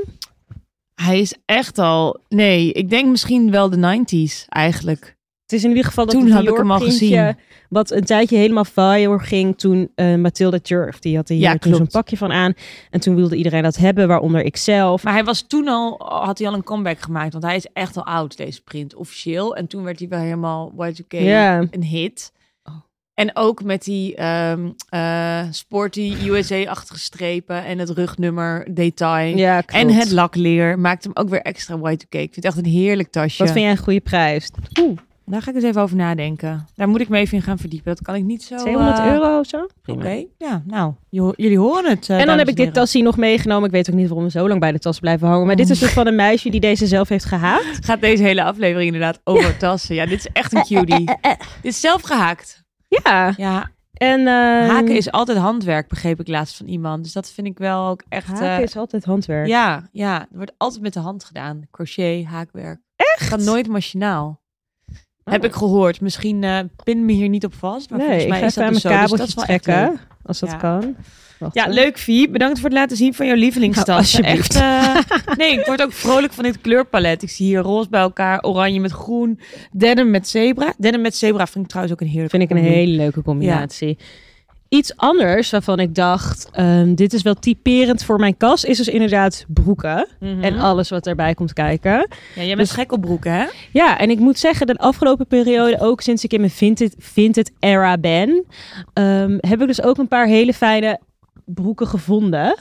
S1: Hij is echt al... Nee, ik denk misschien wel de 90s eigenlijk.
S2: Het is in ieder geval dat
S1: Toen
S2: het
S1: heb ik
S2: Dior
S1: hem al
S2: printje,
S1: gezien.
S2: eh, Wat een tijdje helemaal viral ging toen eh Mathilda Turf. Die had hier
S1: Ja,
S2: toen zo'n
S1: klopt.
S2: pakje van aan. En toen wilde iedereen dat hebben, waaronder ik zelf.
S1: Maar hij was toen al... Had hij al een comeback gemaakt. Want hij is echt al oud, deze print. Officieel. En toen werd hij wel helemaal Y2K
S2: Ja.
S1: een hit.
S2: Oh.
S1: En ook met die ehm, eh, sporty USA-achtige strepen en het rugnummer detail.
S2: ja klopt.
S1: En het lakleer maakt hem ook weer extra white cake. Ik vind het echt een heerlijk tasje.
S2: Wat vind jij een goede prijs? Oeh,
S1: Daar ga ik eens even over nadenken. Daar moet ik me even in gaan verdiepen. Dat kan ik niet zo...
S2: 200
S1: eh,
S2: euro of zo?
S1: Oké,
S2: Prima.
S1: ja, nou, je ho- jullie horen het. eh,
S2: En dan
S1: dames
S2: heb ik dit
S1: heren.
S2: tasje nog meegenomen. Ik weet ook niet waarom we zo lang bij de tas blijven hangen. Maar dit is dus van een meisje die deze zelf heeft gehaakt.
S1: Gaat deze hele aflevering inderdaad over tassen. Ja, dit is echt een cutie. dit is zelf gehaakt.
S2: Eh, Ja.
S1: Ja,
S2: En, ehm,
S1: haken is altijd handwerk, begreep ik laatst van iemand. Dus dat vind ik wel ook echt...
S2: haken
S1: eh,
S2: is altijd handwerk.
S1: Ja, ja, het wordt altijd met de hand gedaan. Crochet, haakwerk. Echt? Gaat nooit machinaal.
S2: Oh.
S1: Heb ik gehoord. Misschien eh, pin me hier niet op vast. Maar
S2: nee,
S1: volgens
S2: ik
S1: mij
S2: ga
S1: is dat
S2: even aan
S1: dus
S2: mijn
S1: zo. Dus
S2: kabeltje
S1: dat is wel echt leuk.
S2: trekken. Als dat
S1: Ja.
S2: kan. Wacht,
S1: Ja,
S2: hoor.
S1: leuk Vie. Bedankt voor het laten zien van jouw lievelingstas.
S2: Nou, alsjeblieft.
S1: Echt, eh, nee, ik word ook vrolijk van dit kleurpalet. Ik zie hier roze bij elkaar, oranje met groen, denim met zebra. Denim met zebra vind ik trouwens ook een heerlijke
S2: Vind ik een
S1: combi.
S2: hele leuke combinatie. Iets anders waarvan ik dacht, ehm, dit is wel typerend voor mijn kas, is dus inderdaad broeken.
S1: Mhm.
S2: En Dus- alles wat daarbij komt kijken.
S1: Ja, jij bent gek op broeken, hè?
S2: Ja, en ik moet zeggen, de afgelopen periode, ook sinds ik in mijn vintage, vintage era ben, ehm, heb ik dus ook een paar hele fijne broeken gevonden.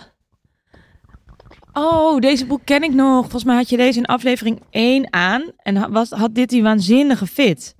S1: Oh, deze broek ken ik nog. Volgens mij had je deze in aflevering 1 aan. En ha- was, had dit die waanzinnige fit?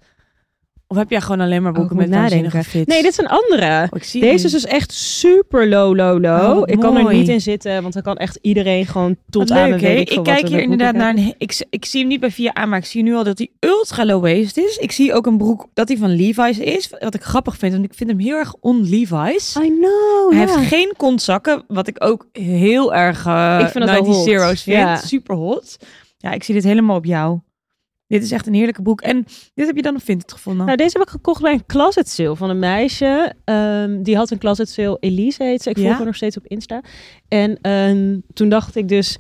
S1: Of heb jij gewoon alleen maar broeken
S2: Oh, ik
S1: met
S2: moet
S1: waanzinnige
S2: nadenken.
S1: fit? Oh,
S2: Nee, dit is een andere.
S1: ik zie
S2: Deze is dus echt super low, low,
S1: Oh,
S2: low.
S1: wat
S2: ik kan er
S1: mooi.
S2: niet in zitten, want dan kan echt iedereen gewoon tot aan
S1: leuk,
S2: mijn
S1: hè?
S2: weet
S1: Ik,
S2: veel wat
S1: kijk
S2: er
S1: hier
S2: weer broeken
S1: inderdaad naar
S2: kijken.
S1: een... he- Ik, z- ik zie hem niet bij 4A, maar ik zie nu al dat hij ultra low waist is. Ik zie ook een broek dat hij van Levi's is. Wat ik grappig vind, want ik vind hem heel erg on-Levi's.
S2: I know,
S1: Hij
S2: ja.
S1: heeft geen kontzakken, wat ik ook heel erg eh
S2: Ik vind het wel
S1: 90
S2: hot.
S1: zeros vind.
S2: Ja.
S1: Super hot. Ja, ik zie dit helemaal op jou. Dit is echt een heerlijke broek. En dit heb je dan op Vinted gevonden?
S2: Nou, deze heb ik gekocht bij een closet sale van een meisje. Ehm, die had een closet sale, Elise heet ze. Ik volg
S1: Ja?
S2: haar nog steeds op Insta. En ehm, toen dacht ik dus,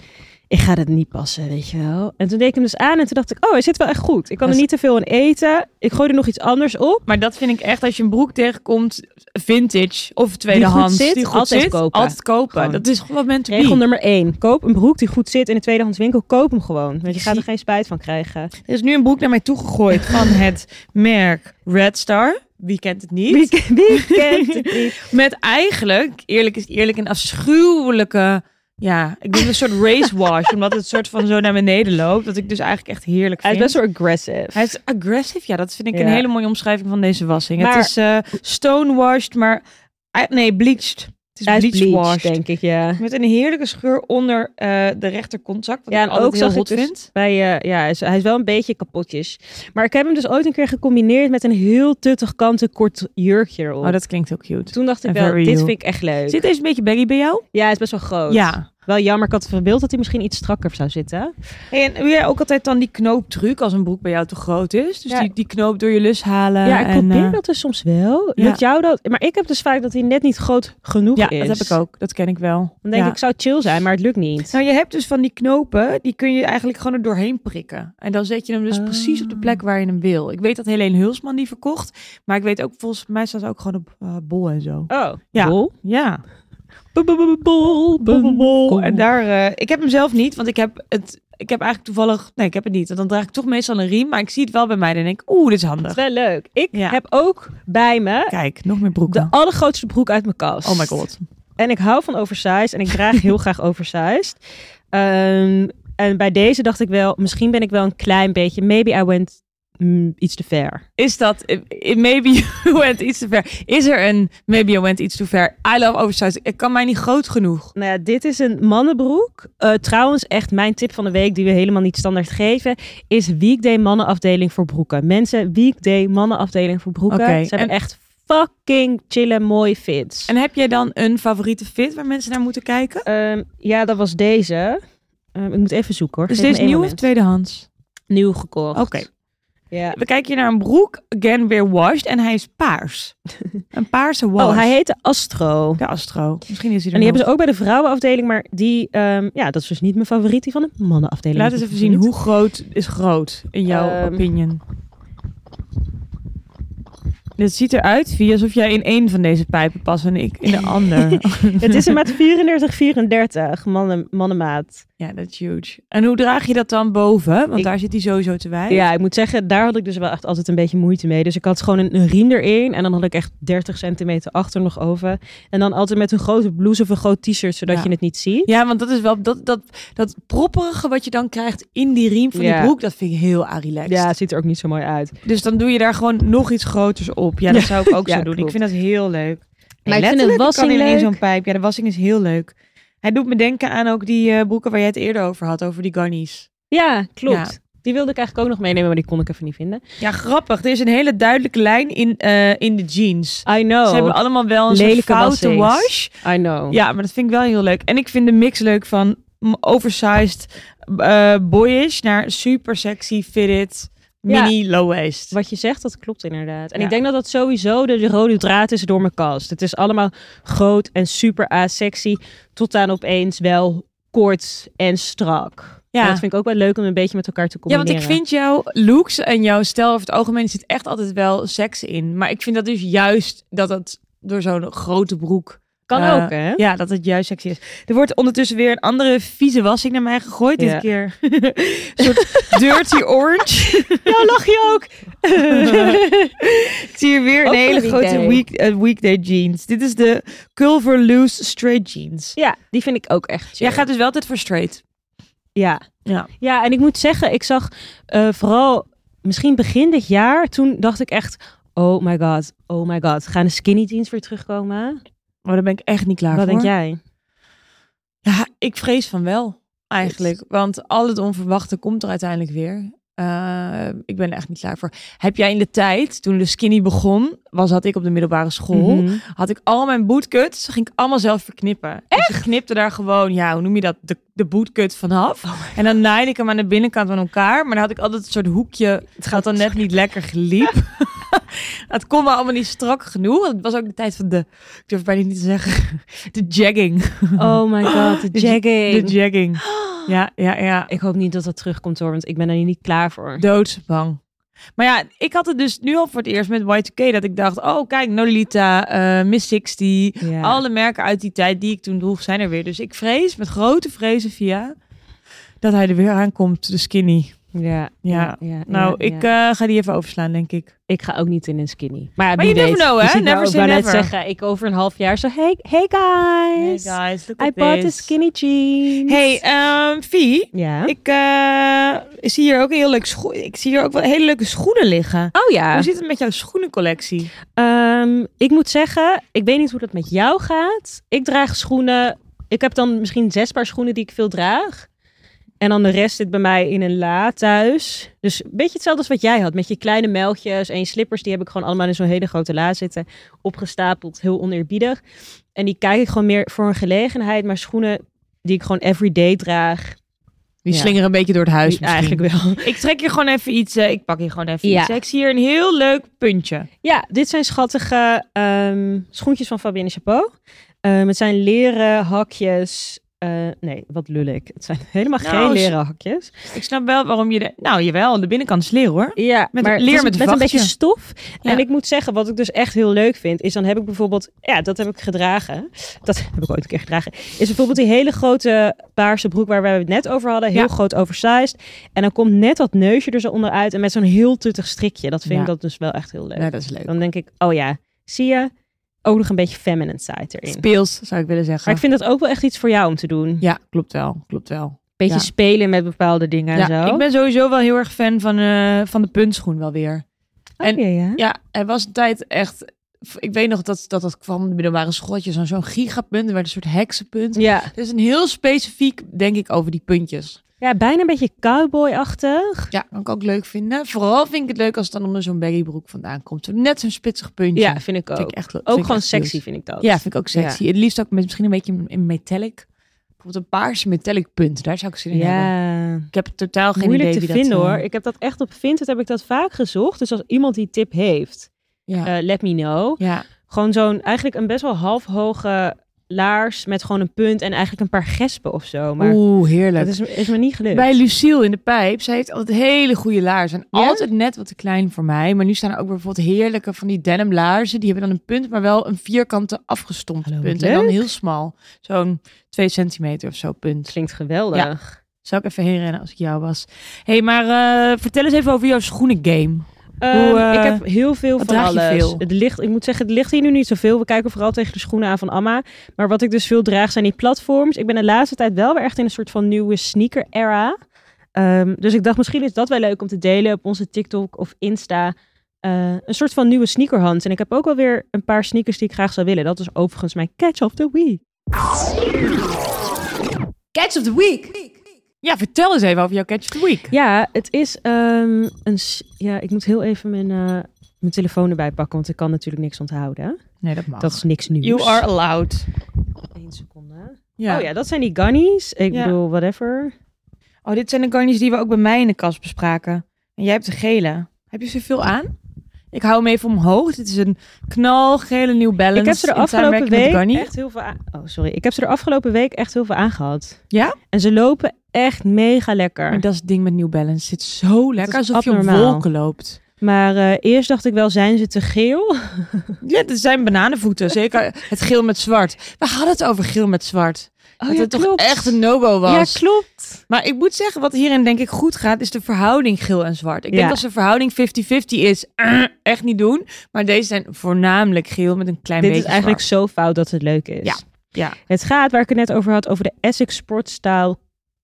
S2: ik ga dit niet passen, weet je wel. En toen deed ik hem dus aan en toen dacht ik, oh, hij zit wel echt goed. Ik kan
S1: Dat
S2: er
S1: is-
S2: niet te veel aan eten. Ik gooi er nog iets anders op.
S1: Maar dat vind ik echt, als je een broek tegenkomt, vintage of tweedehands,
S2: zit, altijd
S1: zit,
S2: kopen.
S1: altijd kopen.
S2: Gewoon.
S1: Dat is gewoon meant to be.
S2: Regel nummer 1. Koop een broek die goed zit in de tweedehands winkel. Koop hem gewoon. Want
S1: Ik
S2: je gaat er
S1: zie-
S2: geen spijt van krijgen.
S1: Er is nu een broek naar mij toegegooid van het merk Red Star. Wie kent het niet?
S2: Wie, wie kent het niet?
S1: Met eigenlijk, eerlijk is eerlijk, een afschuwelijke... Ja, ik doe een soort race wash, omdat het soort van zo naar beneden loopt. Dat ik dus eigenlijk echt heerlijk
S2: Hij is
S1: vind.
S2: best wel aggressive.
S1: Hij is agressive, ja. Dat vind ik
S2: Ja.
S1: een hele mooie omschrijving van deze wassing.
S2: Maar-
S1: het is eh, stonewashed, maar... eh, nee, bleached. Het is
S2: Hij is
S1: bleached,
S2: bleached,
S1: washed.
S2: denk ik, ja.
S1: Met een heerlijke scheur onder eh, de rechterkontzak. Wat
S2: Ja,
S1: ik
S2: en
S1: altijd
S2: ook
S1: heel
S2: zag
S1: hot
S2: ik dus-
S1: vind.
S2: Bij, eh, ja, hij is, hij is wel een beetje kapotjes. Maar ik heb hem dus ooit een keer gecombineerd met een heel tuttig kanten kort jurkje erop.
S1: Oh, dat klinkt heel cute.
S2: Toen dacht ik
S1: en
S2: wel,
S1: very
S2: dit
S1: you.
S2: vind ik echt leuk.
S1: Zit deze een beetje baggy bij jou?
S2: Ja, hij is best wel groot.
S1: Ja.
S2: Wel jammer, ik had verbeeld dat hij misschien iets strakker zou zitten.
S1: Hey, en doe jij ook altijd dan die knooptruc als een broek bij jou te groot is? Dus
S2: Ja.
S1: die, die knoop door je lus halen.
S2: ja, ik
S1: en,
S2: probeer
S1: eh,
S2: dat dus soms wel.
S1: ja.
S2: Lukt jou dat? Maar ik heb dus vaak dat hij net niet groot genoeg
S1: Ja,
S2: is.
S1: dat heb ik ook. Dat ken ik wel.
S2: Dan denk
S1: Ja.
S2: ik, zou chill zijn, maar het lukt niet.
S1: Nou, je hebt dus van die knopen, die kun je eigenlijk gewoon er doorheen prikken. En dan zet je hem dus
S2: Ah.
S1: precies op de plek waar je hem wil. Ik weet dat Helene Hulsman die verkocht. Maar ik weet ook, volgens mij staat ze ook gewoon op eh, bol en zo.
S2: Oh,
S1: Ja.
S2: bol.
S1: Ja.
S2: Bol, bol,
S1: Bol.
S2: bol.
S1: En daar, eh, ik heb hem zelf niet, want ik heb het, ik heb eigenlijk toevallig, nee, ik heb het niet. Want dan draag ik toch meestal een riem, maar ik zie het wel bij mij en denk, ik, oeh, dit is
S2: Dat
S1: handig.
S2: is wel leuk. Ik
S1: Ja.
S2: heb ook bij me
S1: Kijk, nog meer broeken.
S2: de allergrootste broek uit mijn kast.
S1: Oh my god.
S2: En ik hou van oversized en ik draag heel graag oversized. Ehm, en bij deze dacht ik wel, misschien ben ik wel een klein beetje. Maybe I went mm, iets te ver.
S1: Is dat, eh, eh, maybe you went iets te ver. Is er een, maybe you went iets te ver. I love oversized. Ik kan mij niet groot genoeg.
S2: Nou ja, dit is een mannenbroek. Eh, trouwens, echt mijn tip van de week, die we helemaal niet standaard geven, is weekday mannenafdeling voor broeken. Mensen, weekday mannenafdeling voor broeken.
S1: Oké,
S2: Ze hebben
S1: en-
S2: echt fucking chille, mooie fits.
S1: En heb jij dan een favoriete fit waar mensen naar moeten kijken?
S2: Ehm, ja, dat was deze. Ehm, ik moet even zoeken hoor.
S1: Dus
S2: Geef
S1: deze
S2: me één
S1: nieuw of
S2: moment.
S1: tweedehands?
S2: Nieuw gekocht.
S1: Oké.
S2: Ja.
S1: We kijken hier naar een broek, again weer washed. En hij is paars. Een paarse wash.
S2: Oh, hij heette Astro.
S1: De Astro. Misschien is hij er
S2: En die
S1: nog.
S2: hebben ze ook bij de vrouwenafdeling, maar die, ehm, ja, dat is dus niet mijn favoriet, die van de mannenafdeling.
S1: Laat
S2: is
S1: eens
S2: mijn
S1: even zien
S2: favoriet.
S1: hoe groot is groot in jouw
S2: Ehm.
S1: opinion. Dit ziet eruit, Vi, alsof jij in één van deze pijpen past en ik in de ander.
S2: Het is een maat 34, 34, mannen, mannenmaat.
S1: ja, dat is huge. En hoe draag je dat dan boven? Want
S2: Ik-
S1: daar zit hij sowieso te wijd.
S2: Ja, ik moet zeggen, daar had ik dus wel echt altijd een beetje moeite mee. Dus ik had gewoon een, een riem erin en dan had ik echt 30 centimeter achter nog over. En dan altijd met een grote blouse of een groot t-shirt, zodat
S1: Ja.
S2: je het niet ziet.
S1: Ja, want dat is wel dat, dat, dat propperige wat je dan krijgt in die riem van
S2: Ja.
S1: die broek, dat vind ik heel arilex.
S2: Ja, het ziet er ook niet zo mooi uit.
S1: Dus dan doe je daar gewoon nog iets groters op. Ja, dat
S2: Ja.
S1: zou ik ook
S2: Ja,
S1: zo doen.
S2: klopt.
S1: Ik vind dat heel leuk.
S2: Maar ik vind
S1: letterlijk,
S2: de wassing
S1: kan in één
S2: leuk.
S1: zo'n pijp. Ja, de wassing is heel leuk. Hij doet me denken aan ook die eh, broeken waar jij het eerder over had, over die garnies.
S2: Ja, klopt.
S1: Ja.
S2: Die wilde ik eigenlijk ook nog meenemen, maar die kon ik even niet vinden.
S1: Ja, grappig. Er is een hele duidelijke lijn in, eh, in de jeans.
S2: I know.
S1: Ze hebben allemaal wel een
S2: Oh. Lelijke
S1: soort foute
S2: wassings.
S1: wash.
S2: I know.
S1: Ja, maar dat vind ik wel heel leuk. En ik vind de mix leuk van mm, oversized, eh, boyish naar super sexy, fitted, mini, low waist.
S2: Wat je zegt, dat klopt inderdaad. En
S1: Ja.
S2: ik denk dat dat sowieso de, de rode draad is door mijn kast. Het is allemaal groot en super asexy, tot aan opeens wel kort en strak.
S1: Ja.
S2: Ja. dat vind ik ook wel leuk om een beetje met elkaar te
S1: Ja,
S2: combineren.
S1: want ik vind jouw looks en jouw stijl over het algemeen zit echt altijd wel seks in. Maar ik vind dat dus juist dat het door zo'n grote broek,
S2: Kan
S1: eh,
S2: ook, hè?
S1: ja, dat het juist sexy is. Er wordt ondertussen weer een andere vieze wassing naar mij gegooid
S2: Ja.
S1: dit keer. een soort dirty orange.
S2: Nou lach je ook.
S1: Ik zie hier weer een
S2: Ook een
S1: hele
S2: weekday.
S1: grote week, eh, weekday jeans. Dit is de Culver Loose Straight Jeans.
S2: Ja, die vind ik ook echt chill.
S1: Jij gaat dus wel altijd voor straight.
S2: Ja.
S1: Ja.
S2: ja, en ik moet zeggen, ik zag eh, vooral misschien begin dit jaar, toen dacht ik echt... Oh my god, oh my god. Gaan de skinny jeans weer terugkomen?
S1: Maar Oh, daar ben ik echt niet klaar
S2: Wat
S1: voor.
S2: denk jij?
S1: Ja, ik vrees van wel, eigenlijk. Want al het onverwachte komt er uiteindelijk weer. Eh, ik ben er echt niet klaar voor. Heb jij in de tijd, toen de skinny begon, was had ik op de middelbare school,
S2: Mhm.
S1: had ik al mijn bootcuts, ging ik allemaal zelf verknippen. Echt? ik knipte daar gewoon, ja, hoe noem je dat, de, de bootcut vanaf. en dan naaide ik hem aan de binnenkant van elkaar, maar dan had ik altijd een soort hoekje, het gaat dan net niet lekker geliep. Het kon me allemaal niet strak genoeg. want Het was ook de tijd van de, ik durf het bijna niet te zeggen, de jagging.
S2: Oh my god, de
S1: De j- De
S2: jagging.
S1: jagging. Ja, ja, ja.
S2: Ik hoop niet dat dat terugkomt hoor, want ik ben er niet klaar voor.
S1: Doodsbang. Maar ja, ik had het dus nu al voor het eerst met Y2K dat ik dacht, oh kijk, Nolita, eh, Miss 60,
S2: Ja.
S1: alle merken uit die tijd die ik toen droeg zijn er weer. Dus ik vrees met grote vrezen via dat hij er weer aankomt, de skinny.
S2: Ja,
S1: Ja.
S2: ja,
S1: Nou,
S2: ja,
S1: ik
S2: ja.
S1: eh, ga die even overslaan, denk ik.
S2: ik ga ook niet in een skinny. Maar, ja,
S1: Maar
S2: wie
S1: you never
S2: weet.
S1: know, hè?
S2: Dus ik
S1: Never
S2: wou, ik
S1: say
S2: wou net
S1: never.
S2: zeggen, ik over een half jaar zo, hey, hey guys,
S1: guys, look
S2: I bought a skinny jeans.
S1: Hey, ehm Vie,
S2: ja.
S1: ik eh, zie hier ook een heel leuk scho- ik zie hier ook wel hele leuke schoenen liggen.
S2: oh ja.
S1: Hoe zit het met jouw schoenencollectie?
S2: Ehm, ik moet zeggen, ik weet niet hoe dat met jou gaat. Ik draag schoenen. Ik heb dan misschien zes paar schoenen die ik veel draag. En dan de rest zit bij mij in een la thuis. Dus een beetje hetzelfde als wat jij had. Met je kleine melkjes en je slippers. Die heb ik gewoon allemaal in zo'n hele grote la zitten. Opgestapeld, heel oneerbiedig. En die kijk ik gewoon meer voor een gelegenheid. Maar schoenen die ik gewoon everyday draag.
S1: Die
S2: Ja.
S1: slingeren een beetje door het huis
S2: die eigenlijk wel.
S1: Ik trek hier gewoon even iets. eh, ik pak hier gewoon even
S2: Ja.
S1: iets. Ik zie hier een heel leuk puntje.
S2: Ja, dit zijn schattige ehm, schoentjes van Fabienne Chapeau. Ehm, het zijn leren hakjes. Eh, nee, wat lul ik. Het zijn helemaal
S1: Nou,
S2: geen
S1: s-
S2: leren hakjes.
S1: Ik snap wel waarom je. De, nou, jawel, de binnenkant is leer hoor.
S2: Ja,
S1: Met
S2: maar
S1: leer
S2: het is
S1: met een
S2: met een
S1: vachtje.
S2: beetje stof.
S1: Ja.
S2: En ik moet zeggen, wat ik dus echt heel leuk vind, is dan heb ik bijvoorbeeld, ja, dat heb ik gedragen. Dat heb ik ooit een keer gedragen. Is bijvoorbeeld die hele grote paarse broek waar we het net over hadden, heel
S1: Ja.
S2: groot oversized. En dan komt net dat neusje er zo onderuit en met zo'n heel tuttig strikje. Dat vind
S1: Ja.
S2: ik dat dus wel echt heel leuk.
S1: Nou, dat is leuk.
S2: Dan denk ik, oh ja, zie je? Ook nog een beetje feminine side erin.
S1: Speels, zou ik willen zeggen.
S2: Maar ik vind dat ook wel echt iets voor jou om te doen.
S1: Ja, klopt wel. Klopt wel.
S2: beetje
S1: Ja.
S2: spelen met bepaalde dingen en
S1: Ja,
S2: zo.
S1: ik ben sowieso wel heel erg fan van, eh, van de puntschoen wel weer.
S2: Oké, ja.
S1: Ja, er was een tijd echt... Ik weet nog dat dat, dat kwam in de middelbare schooltjes. Zo'n gigapunt, er werd een soort heksenpunt.
S2: Ja.
S1: Het is een heel specifiek, denk ik, over die puntjes.
S2: ja, bijna een beetje cowboy-achtig.
S1: Ja, kan ik ook leuk vinden. Vooral vind ik het leuk als het dan onder zo'n baggybroek vandaan komt. Zo Net zo'n spitsig puntje.
S2: Ja, vind ik ook.
S1: Vind ik echt,
S2: ook
S1: vind ik
S2: gewoon
S1: echt
S2: sexy
S1: cute.
S2: vind ik dat.
S1: Ja, vind ik ook sexy. Het liefst ook met misschien een beetje in metallic. Bijvoorbeeld een paarse metallic punt. Daar zou ik zin in hebben.
S2: ja.
S1: Ik heb totaal geen
S2: moeilijk
S1: idee
S2: te
S1: wie dat,
S2: vinden
S1: eh,
S2: hoor. Ik heb dat echt op Vinted heb ik dat vaak gezocht. Dus als iemand die tip heeft,
S1: Ja.
S2: eh, let me know.
S1: ja.
S2: Gewoon zo'n eigenlijk een best wel half hoge laars met gewoon een punt en eigenlijk een paar gespen of zo. Maar
S1: Oeh, heerlijk.
S2: dat is, is me niet gelukt.
S1: Bij Lucille in de pijp, zij heeft altijd hele goede laarzen. En
S2: Ja?
S1: altijd net wat te klein voor mij. Maar nu staan er ook bijvoorbeeld heerlijke van die denim laarzen. Die hebben dan een punt, maar wel een vierkante afgestompt
S2: Hallo,
S1: punt.
S2: leuk.
S1: En dan heel smal. Zo'n twee centimeter of zo punt.
S2: Klinkt geweldig.
S1: Zou ik even heen rennen als ik jou was. hey, maar eh, vertel eens even over jouw schoenengame.
S2: Ehm,
S1: Hoe, eh,
S2: ik heb heel veel
S1: wat
S2: van
S1: draag je
S2: alles.
S1: veel?
S2: Het ligt, ik moet zeggen, het ligt hier nu niet zoveel. We kijken vooral tegen de schoenen aan van Amma. Maar wat ik dus veel draag zijn die platforms. Ik ben de laatste tijd wel weer echt in een soort van nieuwe sneaker era. Ehm, dus ik dacht, misschien is dat wel leuk om te delen op onze TikTok of Insta. Eh, een soort van nieuwe sneakerhand. En ik heb ook wel weer een paar sneakers die ik graag zou willen. Dat is overigens mijn catch of the week.
S1: Catch of the week. Ja, vertel eens even over jouw catch of the week.
S2: Ja, het is ehm, een... s- Ja, ik moet heel even mijn, eh, mijn telefoon erbij pakken. Want ik kan natuurlijk niks onthouden.
S1: Nee, dat mag.
S2: Dat is niks nieuws.
S1: allowed.
S2: Eén seconde.
S1: Ja.
S2: Oh ja, dat zijn die gunnies. Ik
S1: Ja.
S2: bedoel, whatever.
S1: Oh, dit zijn de garnies die we ook bij mij in de kast bespraken. En jij hebt de gele. Heb je ze veel aan? Ik hou hem even omhoog. Dit is een knalgele New Balance.
S2: ik heb ze de
S1: in
S2: afgelopen
S1: samenwerking met
S2: week
S1: Garni.
S2: echt heel veel aan... Oh, sorry. Ik heb ze de afgelopen week echt heel veel aangehad.
S1: Ja?
S2: En ze lopen echt mega
S1: Maar
S2: lekker.
S1: dat is het ding met New Balance. Het zit zo lekker
S2: is
S1: alsof je op
S2: abnormaal.
S1: wolken loopt.
S2: Maar eh, eerst dacht ik wel, zijn ze te geel?
S1: Ja, dit zijn bananenvoeten. Zeker het geel met zwart. We hadden het over geel met zwart.
S2: Oh,
S1: dat
S2: ja,
S1: het
S2: klopt.
S1: toch echt een no-go was.
S2: Ja, klopt.
S1: Maar ik moet zeggen, wat hierin denk ik goed gaat, is de verhouding geel en zwart. Ik
S2: Ja.
S1: denk als de verhouding 50-50 is, eh, echt niet doen. Maar deze zijn voornamelijk geel met een klein
S2: Dit is
S1: beetje
S2: eigenlijk zo fout dat het leuk is.
S1: Ja. zwart. Ja,
S2: Het gaat, waar ik het net over had, over de Essex Sportstyle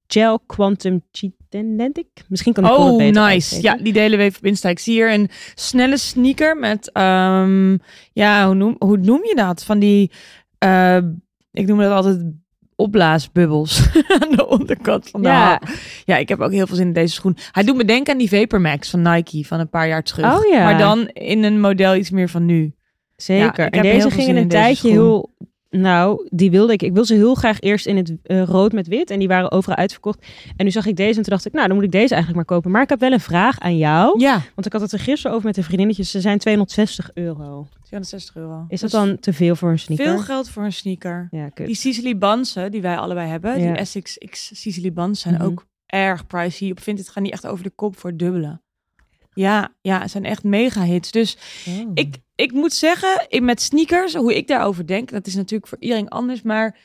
S2: Gel Quantum Genetic. Misschien kan ik wel
S1: oh
S2: het beter
S1: nice.
S2: uitspreken.
S1: Ja, die delen we even op Insta. Ik zie hier een snelle sneaker met, ehm, ja, hoe noem, hoe noem je dat? Van die, eh, ik noem dat altijd opblaasbubbels aan de onderkant van de
S2: Ja.
S1: hak. Ja, ik heb ook heel veel zin in deze schoen. Hij doet me denken aan die Vapor Max van Nike van een paar jaar terug.
S2: Oh ja.
S1: Maar dan in een model iets meer van nu. Ja, ik
S2: Zeker.
S1: heb
S2: en
S1: heel
S2: deze
S1: veel
S2: ging
S1: zin
S2: in
S1: in
S2: een
S1: deze
S2: tijdje
S1: schoen.
S2: heel. Nou, die wilde ik. Ik wil ze heel graag eerst in het eh, rood met wit. En die waren overal uitverkocht. En nu zag ik deze en toen dacht ik, nou, dan moet ik deze eigenlijk maar kopen. Maar ik heb wel een vraag aan jou.
S1: Ja,
S2: Want ik had het er gisteren over met de vriendinnetjes. Ze zijn 260 euro.
S1: 260 euro.
S2: Is dat dan te veel voor een sneaker?
S1: veel geld voor een sneaker?
S2: Ja, kut.
S1: Die Sicily Bansen die wij allebei hebben,
S2: Ja.
S1: die Essex X Sicily Bansen zijn
S2: Mhm.
S1: ook erg pricey. Op Vinted gaan die echt over de kop voor het dubbele. Ja, ja, het zijn echt mega hits. Dus
S2: Oh.
S1: ik, ik moet zeggen, ik, met sneakers, hoe ik daarover denk, dat is natuurlijk voor iedereen anders, maar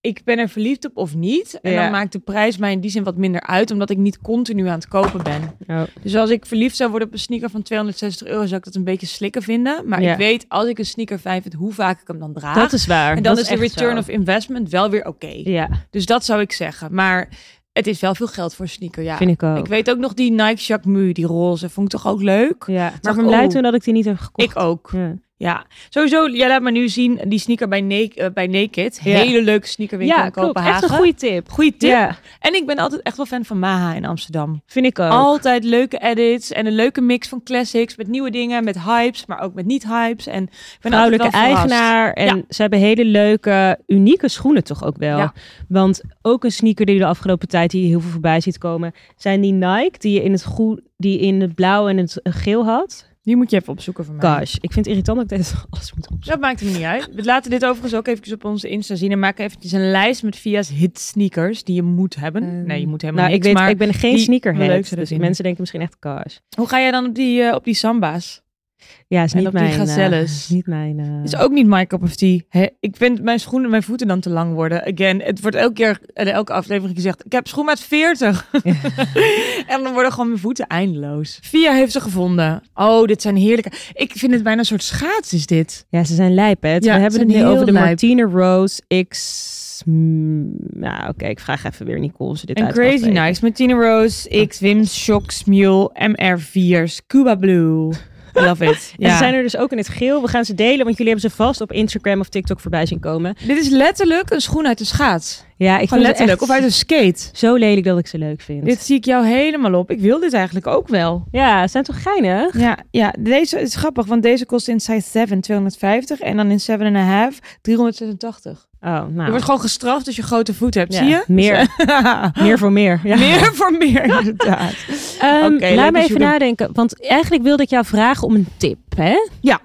S1: ik ben er verliefd op of niet. En
S2: Ja.
S1: dan maakt de prijs mij in die zin wat minder uit, omdat ik niet continu aan het kopen ben.
S2: Oh.
S1: Dus als ik verliefd zou worden op een sneaker van 260 euro, zou ik dat een beetje slikken vinden. Maar
S2: Ja.
S1: ik weet, als ik een sneaker fijn vind, hoe vaak ik hem dan draag.
S2: Dat is waar.
S1: En dan
S2: Dat
S1: is de
S2: echt
S1: return
S2: zo.
S1: of investment wel weer oké.
S2: Ja,
S1: Dus dat zou ik zeggen. Maar het is wel veel geld voor een sneaker, ja.
S2: vind ik ook.
S1: Ik weet ook nog die Nike Jacquemus, die roze. Vond ik toch ook leuk?
S2: ja. Maar
S1: dacht,
S2: ik ben blij
S1: oh.
S2: toen dat ik die niet heb gekocht.
S1: Ik ook.
S2: Ja.
S1: Ja. Sowieso, jij laat me nu zien die sneaker bij, Na- eh, bij Naked.
S2: Ja.
S1: Hele leuke sneakerwinkel
S2: Ja,
S1: in
S2: klopt.
S1: Kopenhagen.
S2: Echt een goede tip.
S1: Goeie tip.
S2: Ja,
S1: En ik ben altijd echt wel fan van Maha in Amsterdam.
S2: vind ik ook.
S1: Altijd leuke edits en een leuke mix van classics met nieuwe dingen, met hypes, maar ook met niet-hypes. En ik ben altijd
S2: vrouwelijke
S1: wel verrast.
S2: eigenaar. En
S1: Ja.
S2: ze hebben hele leuke, unieke schoenen toch ook wel.
S1: Ja.
S2: Want ook een sneaker die je de afgelopen tijd die je heel veel voorbij ziet komen, zijn die Nike die je in het groen, die je in het blauw en het geel had.
S1: Die moet je even opzoeken voor mij.
S2: Gosh, ik vind het irritant dat ik dit alles moet opzoeken.
S1: Dat maakt hem niet uit. We laten dit overigens ook even op onze Insta zien. En maken eventjes een lijst met Via's hit sneakers die je moet hebben.
S2: Ehm,
S1: nee, je moet helemaal
S2: Nou, ik
S1: niks.
S2: weet,
S1: maar
S2: ik ben geen
S1: die-
S2: sneakerhead,
S1: leuk ze
S2: dus
S1: erin.
S2: mensen denken misschien echt gosh.
S1: hoe ga jij dan op die, eh, op die samba's?
S2: Ja, is
S1: En
S2: niet
S1: op die
S2: mijn... eh,
S1: gazelles.
S2: is niet mijn... eh,
S1: is ook niet my cup of tea. Hè, ik vind mijn schoenen en mijn voeten dan te lang worden. Again, het wordt elke keer, eh, in elke aflevering gezegd, ik heb schoenmaat 40. en dan worden gewoon mijn voeten eindeloos. Via heeft ze gevonden. Oh, dit zijn heerlijke... Ik vind het bijna een soort schaats is dit.
S2: Ja, ze zijn lijp, hè? Het-
S1: Ja,
S2: we
S1: ze
S2: hebben het
S1: zijn
S2: nu over
S1: heel
S2: de
S1: lijp.
S2: Martine Rose X... mm, nou, oké, ik vraag even weer Nicole of ze dit
S1: En
S2: uit kan
S1: Crazy
S2: spreken.
S1: Nice, Martina Rose, X, Wims, Shocks, Mule, MR4's, Cuba Blue. I love it.
S2: En ze zijn er dus ook in het geel. We gaan ze delen, want jullie hebben ze vast op Instagram of TikTok voorbij zien komen.
S1: Dit is letterlijk een schoen uit een schaats.
S2: Ja,
S1: Gewoon
S2: ik vond
S1: letterlijk.
S2: het
S1: Of uit
S2: echt
S1: een skate.
S2: zo lelijk dat ik ze leuk vind.
S1: Dit zie ik jou helemaal op. Ik wil dit eigenlijk ook wel.
S2: Ja, ze zijn toch geinig?
S1: Ja, ja, deze is grappig, want deze kost in size 7 250 en dan in 7,5 386.
S2: Oh, nou.
S1: Je wordt gewoon gestraft als je grote voet hebt,
S2: Ja,
S1: zie je?
S2: meer. meer voor meer. Ja.
S1: meer voor meer, inderdaad.
S2: Ehm,
S1: Oké, leuk
S2: laat me
S1: als
S2: even
S1: jullie-
S2: nadenken, want eigenlijk wilde ik jou vragen om een tip, hè?
S1: Ja.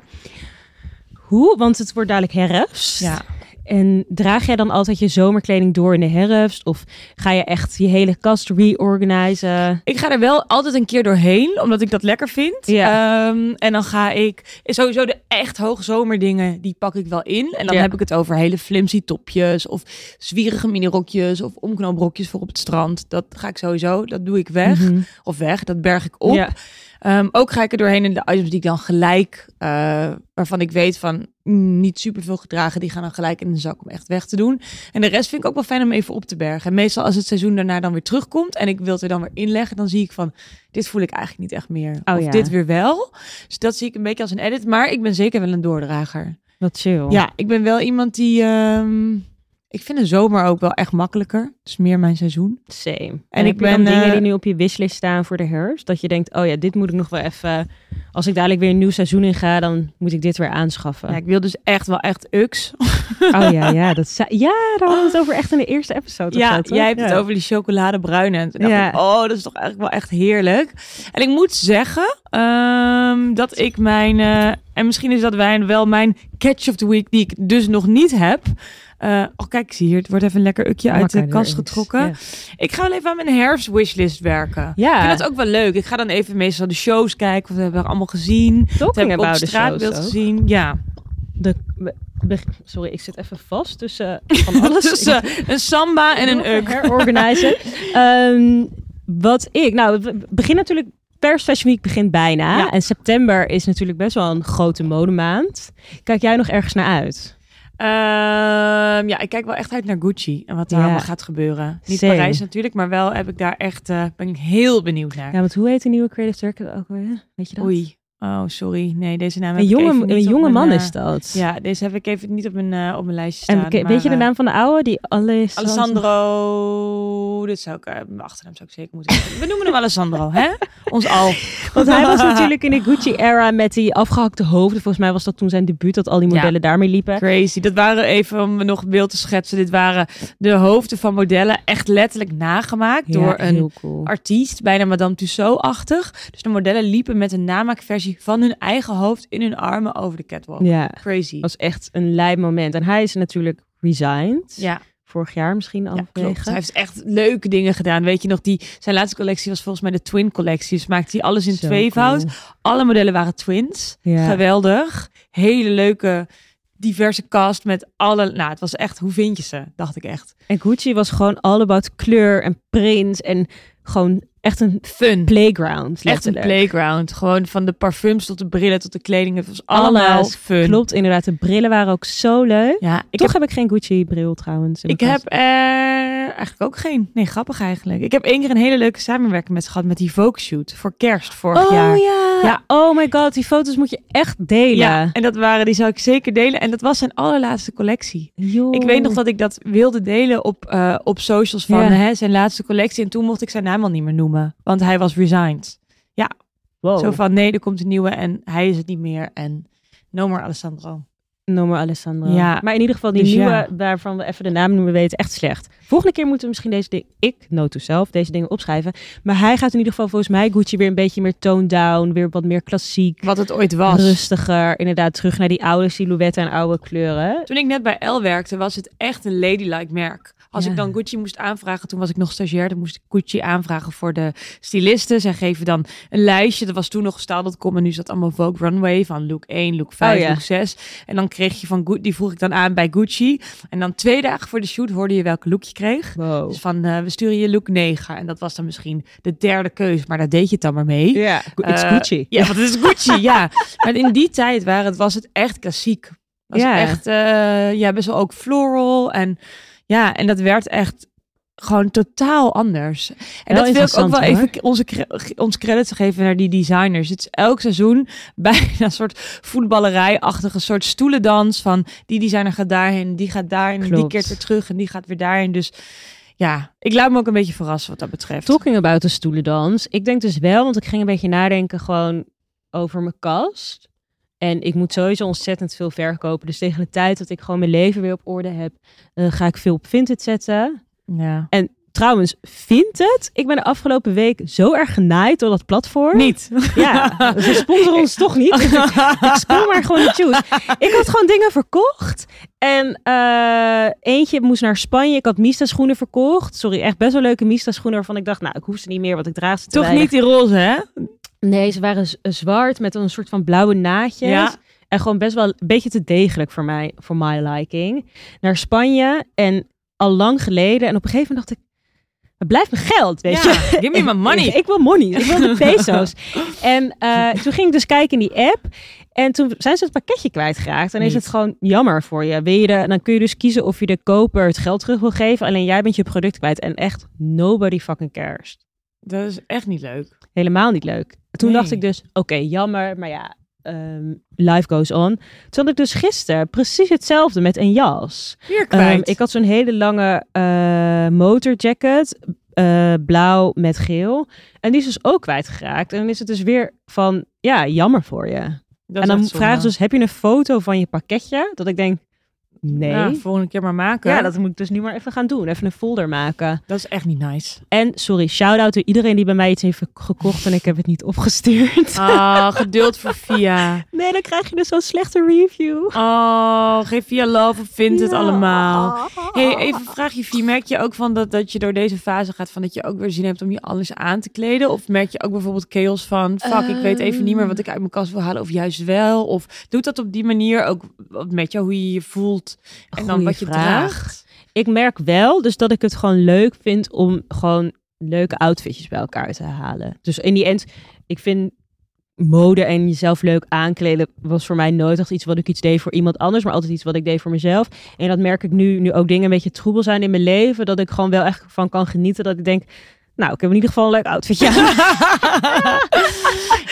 S2: Hoe? Want het wordt dadelijk herfst.
S1: Ja.
S2: En draag jij dan altijd je zomerkleding door in de herfst? Of ga je echt je hele kast reorganisen?
S1: Ik ga er wel altijd een keer doorheen, omdat ik dat lekker vind.
S2: Ja.
S1: Ehm, en dan ga ik sowieso de echt hoogzomerdingen, die pak ik wel in. En dan
S2: Ja.
S1: heb ik het over hele flimsy topjes of zwierige minirokjes of omknoopbrokjes voor op het strand. Dat ga ik sowieso, dat doe ik weg.
S2: Mhm.
S1: Of weg, dat berg ik op.
S2: Ja.
S1: Ehm, ook ga ik er doorheen in de items die ik dan gelijk, eh, waarvan ik weet van mm, niet superveel gedragen, die gaan dan gelijk in de zak om echt weg te doen. En de rest vind ik ook wel fijn om even op te bergen. En meestal als het seizoen daarna dan weer terugkomt en ik wil het er dan weer inleggen, dan zie ik van dit voel ik eigenlijk niet echt meer.
S2: Oh
S1: of
S2: ja.
S1: dit weer wel. Dus dat zie ik een beetje als een edit, maar ik ben zeker wel een doordrager.
S2: Wat chill.
S1: Ja, ik ben wel iemand die, ehm, ik vind de zomer ook wel echt makkelijker. Het is meer mijn seizoen.
S2: Same. En,
S1: En
S2: ik
S1: ik
S2: ben
S1: ben,
S2: dingen
S1: eh,
S2: die nu op je wishlist staan voor de herfst. Dat je denkt, oh ja, dit moet ik nog wel even... Als ik dadelijk weer een nieuw seizoen in ga, dan moet ik dit weer aanschaffen.
S1: Ja, ik wil dus echt wel echt UX.
S2: Oh ja, ja, dat zei- ja, daar hadden we het over echt in de eerste episode. of
S1: Ja,
S2: zo, toch?
S1: jij hebt
S2: Oh. Ja.
S1: het over die chocoladebruine. En toen dacht
S2: Ja.
S1: ik, oh, dat is toch eigenlijk wel echt heerlijk. En ik moet zeggen ehm, dat ik mijn... eh, en misschien is dat wijn wel mijn catch of the week, die ik dus nog niet heb. Eh, oh, kijk, zie hier. Het wordt even een lekker ukje uit de
S2: Makkelijker
S1: kast
S2: is.
S1: getrokken.
S2: Ja.
S1: Ik ga wel even aan mijn herfstwishlist werken. Ik
S2: Ja,
S1: vind dat ook wel leuk. Ik ga dan even meestal de shows kijken. Wat hebben we allemaal gezien? Wat
S2: talking
S1: hebben we op
S2: about the
S1: straatbeeld
S2: shows ook.
S1: gezien? Ja.
S2: De, be- be- sorry, ik zit even vast tussen van alles.
S1: Dus eh, een samba en een uk.
S2: Herorganizen. Ehm, wat ik, nou, we beginnen natuurlijk, Pers Fashion Week begint bijna.
S1: Ja.
S2: En september is natuurlijk best wel een grote modemaand. Kijk jij nog ergens naar uit?
S1: Ehm, ja, ik kijk wel echt uit naar Gucci en wat daar
S2: Ja.
S1: allemaal gaat gebeuren. Niet
S2: Same.
S1: Parijs natuurlijk, maar wel heb ik daar echt, eh, ben ik heel benieuwd naar.
S2: Ja, want hoe heet de nieuwe creative director ook weer? Weet je dat?
S1: Oei, oh sorry, nee, deze naam heb
S2: Een
S1: ik even
S2: jonge,
S1: niet
S2: een
S1: op
S2: jonge
S1: mijn,
S2: man
S1: eh,
S2: is dat.
S1: Ja, deze heb ik even niet op mijn, eh, op mijn lijstje
S2: En
S1: staan.
S2: ke-
S1: maar,
S2: weet je de
S1: eh,
S2: naam van de oude? Die Alessandro.
S1: Alessandro, dit zou ik, eh, mijn achternaam zou ik zeker moeten weten. We noemen hem Alessandro, hè? Ons al.
S2: Want hij was natuurlijk in de Gucci-era met die afgehakte hoofden. Volgens mij was dat toen zijn debuut dat al die
S1: Ja.
S2: modellen daarmee liepen.
S1: Crazy. Dat waren even om nog een beeld te schetsen. Dit waren de hoofden van modellen echt letterlijk nagemaakt door
S2: Ja,
S1: een
S2: heel cool.
S1: artiest, bijna Madame Tussauds-achtig. Dus de modellen liepen met een namaakversie van hun eigen hoofd in hun armen over de catwalk.
S2: Ja,
S1: Crazy.
S2: was echt een lijp moment. En hij is natuurlijk resigned.
S1: Ja,
S2: Vorig jaar misschien al.
S1: ja klopt. Hij heeft echt leuke dingen gedaan. Weet je nog, die, zijn laatste collectie was volgens mij de twin collectie. Dus maakte hij alles in tweevoud. Alle modellen waren twins.
S2: Ja.
S1: Geweldig. Hele leuke, diverse cast met alle... Nou, het was echt, hoe vind je ze? Dacht ik echt.
S2: En Gucci was gewoon all about kleur en print. En gewoon echt een
S1: Fun.
S2: playground.
S1: Echt een
S2: letterlijk.
S1: playground. Gewoon van de parfums tot de brillen tot de kleding. Het was
S2: Alles.
S1: allemaal fun.
S2: Klopt, inderdaad. De brillen waren ook zo leuk.
S1: Ja, ik
S2: Toch heb... ik geen Gucci-bril trouwens. in
S1: Ik
S2: mijn
S1: heb
S2: kast.
S1: eh, eigenlijk ook geen. Nee, grappig eigenlijk. Ik heb één keer een hele leuke samenwerking met ze gehad met die Vogue shoot voor kerst vorig
S2: Oh
S1: jaar.
S2: ja.
S1: Ja.
S2: Oh my god, die foto's moet je echt delen.
S1: Ja, en dat waren, die zou ik zeker delen. En dat was zijn allerlaatste collectie.
S2: Joh.
S1: Ik weet nog dat ik dat wilde delen op, eh, op socials van
S2: Ja.
S1: hè, zijn laatste collectie. En toen mocht ik zijn naam al niet meer noemen, want hij was resigned.
S2: Wow.
S1: Zo van, nee, er komt een nieuwe en hij is het niet meer. En no more Alessandro.
S2: Noem maar Alessandro.
S1: Ja,
S2: Maar in ieder geval die
S1: dus
S2: nieuwe,
S1: ja.
S2: waarvan we even de naam noemen, weten echt slecht. Volgende keer moeten we misschien deze dingen, ik, note to zelf, deze dingen opschrijven. Maar hij gaat in ieder geval volgens mij Gucci weer een beetje meer toned down, weer wat meer klassiek,
S1: Wat het ooit was.
S2: rustiger. Inderdaad, terug naar die oude silhouetten en oude kleuren.
S1: Toen ik net bij L werkte, was het echt een ladylike merk. Als
S2: Ja.
S1: ik dan Gucci moest aanvragen, toen was ik nog stagiair, dan moest ik Gucci aanvragen voor de stylisten. Zij geven dan een lijstje. Dat was toen nog Style.com en nu is dat allemaal Vogue Runway van look 1, look 5,
S2: Oh ja.
S1: look 6. En dan kreeg je van Gucci, die vroeg ik dan aan bij Gucci. En dan twee dagen voor de shoot hoorde je welke look je kreeg.
S2: Wow.
S1: Dus van, eh, we sturen je look 9. En dat was dan misschien de derde keus, maar daar deed je het dan maar mee.
S2: Ja, it's
S1: Eh,
S2: Gucci.
S1: Ja, want het is Gucci, ja. Maar in die tijd waren het, was het echt klassiek. Was
S2: Ja.
S1: echt, eh, ja, best wel ook floral. En ja, en dat werd echt gewoon totaal anders. En dat wil
S2: Wel
S1: ik ook
S2: interessant,
S1: wel
S2: hoor.
S1: even k- onze, cre- g- ons credits geven naar die designers. Het is elk seizoen bijna een soort voetballerij-achtige soort stoelendans van die designer gaat daarheen, die gaat daarheen, en die
S2: Klopt.
S1: keert weer terug en die gaat weer daarheen. Dus ja, ik laat me ook een beetje verrassen wat dat betreft.
S2: Talking about de stoelendans. Ik denk dus wel, want ik ging een beetje nadenken gewoon over mijn kast. En ik moet sowieso ontzettend veel verkopen. Dus tegen de tijd dat ik gewoon mijn leven weer op orde heb, eh, ga ik veel op Vinted zetten.
S1: Ja.
S2: En trouwens, Vinted? Ik ben de afgelopen week zo erg genaaid door dat platform.
S1: Niet.
S2: Ja, ze sponsoren ons toch niet. Dus ik, ik spoel maar gewoon de juice. Ik had gewoon dingen verkocht. En eh, eentje moest naar Spanje. Ik had Mista schoenen verkocht. Sorry, echt best wel leuke Mista schoenen waarvan ik dacht, nou, ik hoef ze niet meer, want ik draag ze te
S1: Toch
S2: weinig.
S1: niet die roze, hè?
S2: Nee, ze waren z- zwart met een soort van blauwe naadjes.
S1: Ja.
S2: En gewoon best wel een beetje te degelijk voor mij, voor my liking. Naar Spanje en al lang geleden. En op een gegeven moment dacht ik, het blijft mijn geld, weet je.
S1: Give me my
S2: Ik, ik wil money. Ik wil de peso's. en eh, toen ging ik dus kijken in die app. En toen zijn ze het pakketje kwijtgeraakt. En is
S1: Niet.
S2: het gewoon jammer voor je. Wil je de, dan kun je dus kiezen of je de koper het geld terug wil geven. Alleen jij bent je product kwijt. En echt nobody fucking cares.
S1: Dat is echt niet leuk.
S2: Helemaal niet leuk. Toen
S1: Nee.
S2: dacht ik dus, oké, jammer. Maar ja, ehm, life goes on. Toen had ik dus gisteren precies hetzelfde met een jas.
S1: Weer
S2: Ehm, ik had zo'n hele lange eh, motorjacket, eh, blauw met geel. En die is dus ook kwijtgeraakt. En dan is het dus weer van, ja, jammer voor je. en dan vragen ze dus, heb je een foto van je pakketje? Dat ik denk,
S1: dus,
S2: nee. Ja,
S1: volgende keer maar maken.
S2: dat moet ik dus nu maar even gaan doen. Even een folder maken.
S1: dat is echt niet nice.
S2: En sorry, shout-out door iedereen die bij mij iets heeft gekocht en ik heb het niet opgestuurd.
S1: Ah, geduld voor Via.
S2: Nee, dan krijg je dus zo'n slechte review.
S1: Oh, geef Via love of vindt het
S2: Ja. Ah.
S1: allemaal. Hey, even een vraagje, Via. Merk je ook van dat, dat je door deze fase gaat van dat je ook weer zin hebt om je alles aan te kleden? Of merk je ook bijvoorbeeld chaos van, fuck, ik weet even niet meer wat ik uit mijn kast wil halen of juist wel? Of doet dat op die manier ook wat met jou, hoe je je voelt en dan
S2: Goeie
S1: wat je
S2: vraag.
S1: draagt?
S2: Ik merk wel dus dat ik het gewoon leuk vind om gewoon leuke outfitjes bij elkaar te halen. Dus in die end, ik vind mode en jezelf leuk aankleden was voor mij nooit echt iets wat ik iets deed voor iemand anders, maar altijd iets wat ik deed voor mezelf. En dat merk ik nu, nu ook dingen een beetje troebel zijn in mijn leven, dat ik gewoon wel echt van kan genieten, dat ik denk, nou, ik heb in ieder geval een leuk outfitje. aan.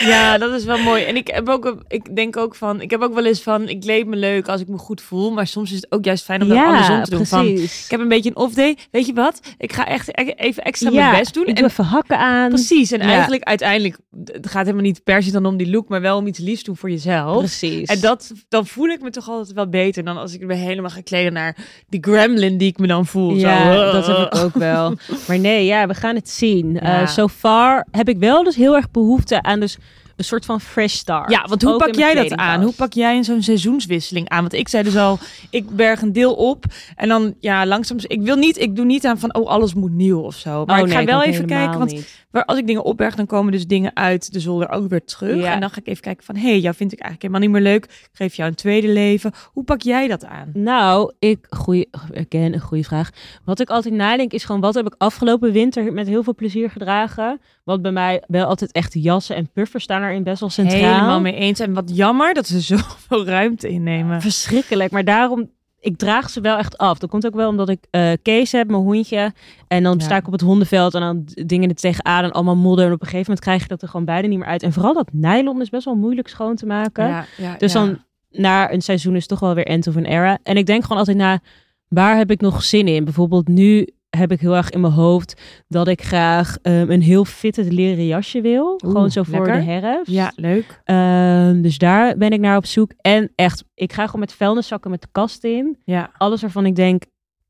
S1: ja, dat is wel mooi. En ik heb ook, ik denk ook van, ik heb ook wel eens van, ik leed me leuk als ik me goed voel, maar soms is het ook juist fijn om dat andersom te doen. Van,
S2: precies.
S1: ik heb een beetje een off day, weet je wat? Ik ga echt e- even extra
S2: ja,
S1: mijn best doen.
S2: Ik
S1: En
S2: doe even hakken aan.
S1: precies. En
S2: Ja.
S1: eigenlijk uiteindelijk, het gaat helemaal niet per se dan om die look, maar wel om iets liefs doen voor jezelf.
S2: Precies.
S1: En dat, dan voel ik me toch altijd wel beter dan als ik me helemaal ga kleden naar die gremlin die ik me dan voel.
S2: Ja,
S1: Zo.
S2: dat heb ik ook wel. Maar nee, ja, we gaan het zien. Eh
S1: Ja.
S2: so far heb ik wel dus heel erg behoefte aan dus een soort van fresh start.
S1: Ja, want hoe
S2: Ook
S1: pak
S2: in mijn
S1: jij dat
S2: kledingkast.
S1: aan? Hoe pak jij in zo'n seizoenswisseling aan? Want ik zei dus al, ik berg een deel op en dan ja, langzaam. Ik wil niet, ik doe niet aan van oh alles moet nieuw of zo. Maar
S2: Oh,
S1: ik
S2: nee,
S1: ga wel
S2: ook
S1: even
S2: helemaal
S1: kijken, want
S2: niet.
S1: waar, als ik dingen opberg, dan komen dus dingen uit de zolder ook weer terug.
S2: Ja.
S1: En dan ga ik even kijken van hey, jou vind ik eigenlijk helemaal niet meer leuk. Ik geef jou een tweede leven. Hoe pak jij dat aan?
S2: Nou, ik, goeie, again, een goede vraag. Wat ik altijd nadenk is gewoon, wat heb ik afgelopen winter met heel veel plezier gedragen? Want bij mij wel altijd echt jassen en puffers staan erin best wel centraal.
S1: Helemaal mee eens. En wat jammer dat ze zoveel ruimte innemen.
S2: Verschrikkelijk, maar daarom, ik draag ze wel echt af. Dat komt ook wel omdat ik eh Kees heb, mijn hondje. En dan
S1: Ja.
S2: sta ik op het hondenveld en dan d- dingen er tegenaan en allemaal modder. En op een gegeven moment krijg je dat er gewoon beide niet meer uit. En vooral dat nylon is best wel moeilijk schoon te maken. dus dan na een seizoen is toch wel weer end of an era. En ik denk gewoon altijd na, waar heb ik nog zin in? Bijvoorbeeld nu heb ik heel erg in mijn hoofd dat ik graag ehm, een heel fitte leren jasje wil.
S1: Oeh,
S2: gewoon zo voor
S1: lekker.
S2: de herfst.
S1: ja, leuk.
S2: Ehm, dus daar ben ik naar op zoek. En echt, ik ga gewoon met vuilniszakken met de kast in.
S1: Ja.
S2: Alles waarvan ik denk,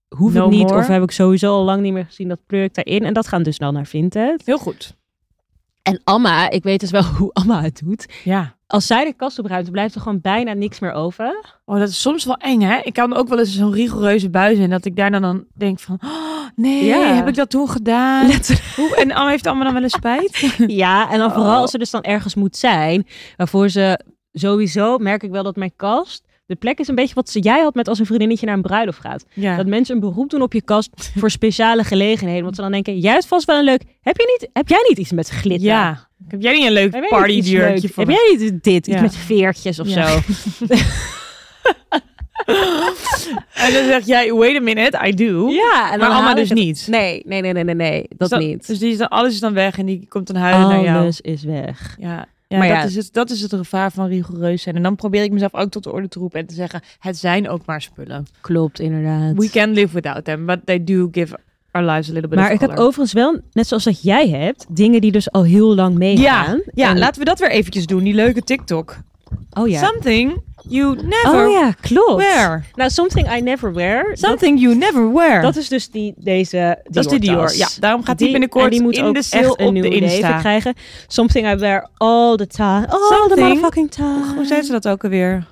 S2: hoef
S1: No
S2: ik niet.
S1: more.
S2: Of heb ik sowieso al lang niet meer gezien, dat pleur ik daarin. En dat gaan dus dan naar Vinted.
S1: Heel goed.
S2: En Amma, ik weet dus wel hoe Amma het doet.
S1: Ja.
S2: Als zij de kast opruimt, blijft er gewoon bijna niks meer over.
S1: Oh, dat is soms wel eng, hè? Ik kan ook wel eens zo'n rigoureuze buis in. Dat ik daarna dan denk van... Oh, nee,
S2: Ja.
S1: heb ik dat toen gedaan? Hoe, en Anne heeft allemaal dan wel eens spijt?
S2: Ja, en dan vooral
S1: Oh.
S2: als ze dus dan ergens moet zijn, waarvoor ze sowieso merk ik wel dat mijn kast, de plek is een beetje wat ze jij had met als een vriendinnetje naar een bruiloft gaat.
S1: Ja.
S2: Dat mensen een beroep doen op je kast voor speciale gelegenheden, want ze dan denken, jij hebt vast wel een leuk. Heb je niet? Heb jij niet iets met glitter?
S1: ja. Heb jij niet een leuk
S2: nou. Heb jij niet iets
S1: partydeurtje
S2: leuk?
S1: voor
S2: Heb jij niet dit? Iets
S1: Ja.
S2: met veertjes of
S1: Ja.
S2: zo?
S1: En dan zeg jij, wait a minute, I do.
S2: Ja, en
S1: maar Anna
S2: allemaal
S1: dus niet.
S2: Nee, nee, nee, nee, nee, nee, Mm, dat
S1: Dus dan-
S2: niet.
S1: Dus die is dan, alles is dan weg en die komt dan huilen naar jou.
S2: Alles is weg.
S1: Ja, ja,
S2: Maar
S1: dat,
S2: ja.
S1: Is het, dat is het gevaar van rigoureus zijn. En dan probeer ik mezelf ook tot de orde te roepen en te zeggen... het zijn ook maar spullen.
S2: Klopt, inderdaad.
S1: We can live without them, but they do give our lives a little bit
S2: maar
S1: of
S2: ik heb
S1: color.
S2: overigens wel, net zoals dat jij hebt, dingen die dus al heel lang meegaan.
S1: Ja, ja
S2: En-
S1: laten we dat weer eventjes doen, die leuke TikTok.
S2: Oh ja.
S1: Something you never
S2: Oh ja, klopt.
S1: wear.
S2: Nou, something I never wear. Dat,
S1: Something you never wear.
S2: dat is dus die, deze Dior
S1: Dat is de Dior. Ja, daarom gaat die, binnenkort
S2: die moet
S1: in
S2: ook
S1: de
S2: echt
S1: sale
S2: een
S1: op
S2: nieuw
S1: de
S2: leven
S1: Insta.
S2: krijgen. Something I wear all the time. All the
S1: Something-
S2: motherfucking time.
S1: Hoe zei ze dat ook alweer?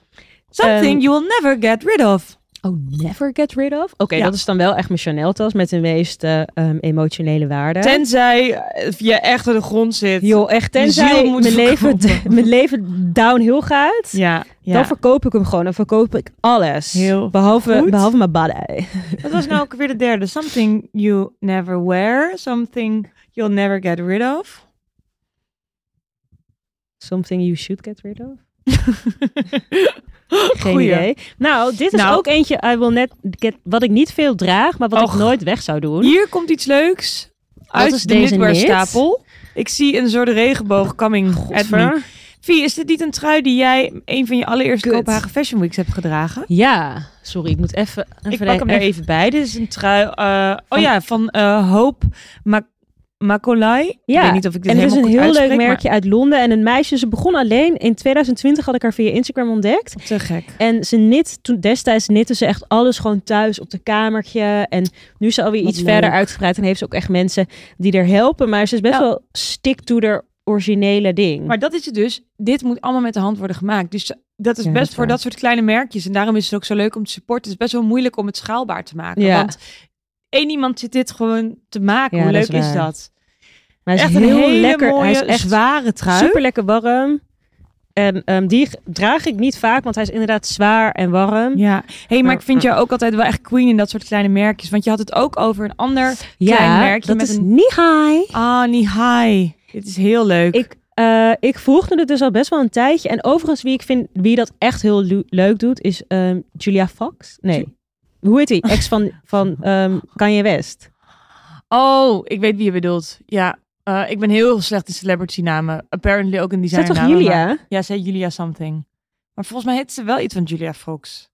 S1: Something
S2: Ehm,
S1: you will never get rid of.
S2: Oh, never get rid of? Oké,
S1: Ja.
S2: dat is dan wel echt mijn Chanel-tas met de meest eh, ehm, emotionele waarde.
S1: Tenzij eh, je echt aan de grond zit.
S2: Joh, echt
S1: Je
S2: tenzij
S1: ziel moet
S2: mijn leven,
S1: verkopen.
S2: mijn leven downhill gaat,
S1: Ja, ja.
S2: dan verkoop ik hem gewoon. Dan verkoop ik alles.
S1: Heel
S2: behalve,
S1: goed.
S2: behalve mijn body.
S1: Wat was nou ook weer de derde? Something you never wear. Something you'll never get rid of.
S2: Something you should get rid of? Geen
S1: Goeie.
S2: idee. Nou, dit is
S1: Nou.
S2: ook eentje I will net get, wat ik niet veel draag, maar wat
S1: Och.
S2: ik nooit weg zou doen.
S1: Hier komt iets leuks uit
S2: is
S1: de
S2: deze
S1: knitwearstapel. Ik zie een soort regenboog coming at me. Vie, is dit niet een trui die jij een van je allereerste
S2: Kut.
S1: Kopenhagen Fashion Weeks hebt gedragen?
S2: Ja, sorry, ik moet even...
S1: Ik pak hem er even bij. Dit is een trui. eh,
S2: Van-
S1: oh ja, van eh, Hope Mac Macaulay.
S2: Ja,
S1: Ik weet niet of ik dit
S2: en het is
S1: dus helemaal
S2: een
S1: goed
S2: heel leuk
S1: uitspreek, maar-
S2: merkje uit Londen. En een meisje, ze begon alleen. In 2020 had ik haar via Instagram ontdekt.
S1: Te gek.
S2: En ze knit, toen, destijds knitte ze echt alles gewoon thuis op de kamertje. En nu is ze alweer
S1: Wat
S2: iets verder
S1: leuk.
S2: uitgebreid. En heeft ze ook echt mensen die er helpen. Maar ze is best
S1: Ja.
S2: wel stick to haar originele ding.
S1: Maar dat is het dus. Dit moet allemaal met de hand worden gemaakt. Dus dat is
S2: Ja,
S1: best
S2: dat is
S1: voor
S2: waar.
S1: dat soort kleine merkjes. En daarom is het ook zo leuk om te supporten. Het is best wel moeilijk om het schaalbaar te maken.
S2: Ja.
S1: Want één iemand zit dit gewoon te maken.
S2: Ja,
S1: Hoe
S2: dat
S1: leuk
S2: is
S1: is,
S2: waar.
S1: dat?
S2: Maar hij
S1: echt
S2: is
S1: een
S2: heel
S1: hele
S2: lekker.
S1: mooie,
S2: hij is echt
S1: zware trui.
S2: super lekker warm. En ehm, die g- draag ik niet vaak, want hij is inderdaad zwaar en warm.
S1: Ja, hey, maar
S2: Maar-
S1: ik vind jou ook altijd wel echt queen in dat soort kleine merkjes. Want je had het ook over een ander klein merkje
S2: dat
S1: met
S2: is
S1: een...
S2: niet high.
S1: Ah, niet high. Dit is heel leuk.
S2: Ik, eh, ik volgde het dus al best wel een tijdje. En overigens, wie ik vind wie dat echt heel lu- leuk doet, is ehm, Julia Fox. Nee. Hoe heet die? Ex van, van ehm Kanye West.
S1: Oh, ik weet wie je bedoelt. Ja, eh, ik ben heel slecht in celebrity namen. Apparently ook in
S2: Is dat
S1: design
S2: toch
S1: namen.
S2: Julia?
S1: Ja, zei Julia something. Maar volgens mij heet ze wel iets van Julia Fox.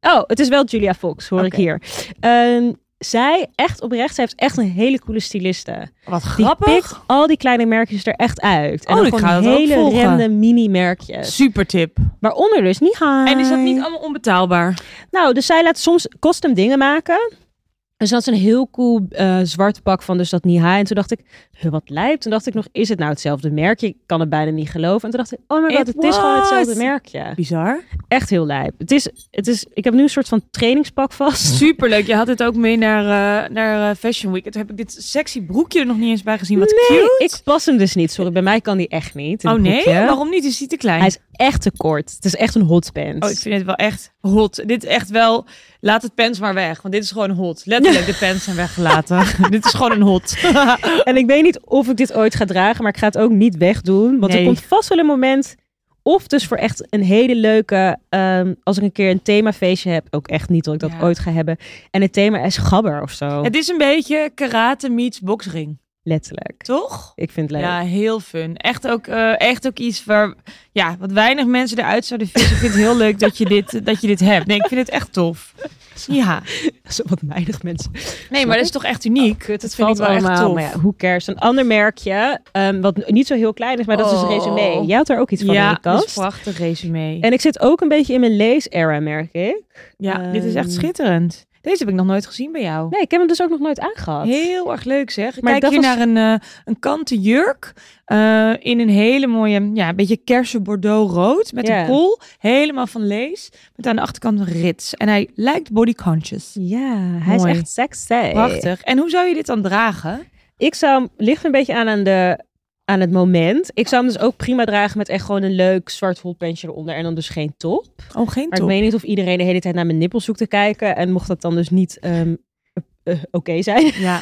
S2: Oh, het is wel Julia Fox, hoor ik
S1: Oké.
S2: hier. Ehm, zij, echt oprecht, zij heeft echt een hele coole styliste.
S1: Wat
S2: Die
S1: grappig.
S2: pikt al die kleine merkjes er echt uit. En
S1: Oh,
S2: dan
S1: ik
S2: gewoon
S1: ga dat ook
S2: hele
S1: volgen.
S2: random mini-merkjes.
S1: Super tip.
S2: Waaronder dus niet
S1: En is dat niet allemaal onbetaalbaar?
S2: Nou, dus zij laat soms custom dingen maken. Dus dat is een heel cool eh, zwart pak van dus dat Niha. En toen dacht ik, huh, wat lijkt. Toen dacht ik nog, is het nou hetzelfde merkje? Ik kan het bijna niet geloven. En toen dacht ik, oh my god,
S1: It
S2: het is gewoon
S1: was.
S2: hetzelfde merkje.
S1: Bizar.
S2: Echt heel lijp. Het is, het is, ik heb nu een soort van trainingspak vast.
S1: Super leuk. Je had dit ook mee naar, eh, naar eh, Fashion Week. En toen heb ik dit sexy broekje er nog niet eens bij gezien. Wat cute.
S2: Ik pas hem dus niet. Sorry, bij mij kan die echt niet. een
S1: Oh nee?
S2: broekje.
S1: Waarom niet? Is die te klein?
S2: Hij is echt te kort. Het is echt een hot pants.
S1: Oh, ik vind het wel echt hot. Dit is echt wel... Laat het pants maar weg. Want dit is gewoon hot. Letterlijk, de pants zijn weggelaten. dit is gewoon een hot.
S2: En ik weet niet of ik dit ooit ga dragen, maar ik ga het ook niet wegdoen. Want er
S1: Nee.
S2: komt vast wel een moment. Of dus voor echt een hele leuke. ehm, als ik een keer een themafeestje heb, ook echt niet dat ik dat
S1: Ja.
S2: ooit ga hebben. En het thema is gabber of zo.
S1: Het is een beetje karate meets boksring.
S2: Letterlijk.
S1: Toch?
S2: Ik vind het leuk.
S1: Ja, heel fun. Echt ook, eh, echt ook iets waar, ja, wat weinig mensen eruit zouden vissen. Ik vind het heel leuk dat je dit, dat je dit hebt. Nee, ik vind het echt tof. Ja.
S2: Zo wat weinig mensen.
S1: Nee, maar dat is toch echt uniek.
S2: Kut,
S1: dat vind ik Oh, wel echt tof.
S2: Maar ja, hoe cares? Een ander merkje, ehm, wat niet zo heel klein is, maar dat is een
S1: Oh.
S2: resume. Jij had er ook iets van in
S1: ja,
S2: de
S1: dat is
S2: kast.
S1: een prachtig resume.
S2: En ik zit ook een beetje in mijn lees-era, merk ik.
S1: ja, dit is echt
S2: Ehm,
S1: schitterend. Deze heb ik nog nooit gezien bij jou.
S2: Nee, ik heb hem dus ook nog nooit aangehad.
S1: Heel erg leuk zeg. Ik
S2: Maar
S1: kijk
S2: dat
S1: hier
S2: was-
S1: naar een, eh, een kanten jurk. eh, in een hele mooie, ja, een beetje kersen bordeaux rood. Met
S2: Ja.
S1: een kool. Helemaal van lees. Met aan de achterkant een rits. En hij lijkt body conscious.
S2: Ja, hij
S1: Mooi.
S2: is echt sexy.
S1: Prachtig. En hoe zou je dit dan dragen?
S2: Ik zou hem, ligt een beetje aan, aan, de, aan het moment. Ik zou hem dus ook prima dragen met echt gewoon een leuk zwart holpensje eronder. En dan dus geen top.
S1: Oh, geen
S2: Maar ik
S1: top.
S2: weet niet of iedereen de hele tijd naar mijn nippels zoekt te kijken. En mocht dat dan dus niet ehm, eh, eh, oké zijn,
S1: Ja,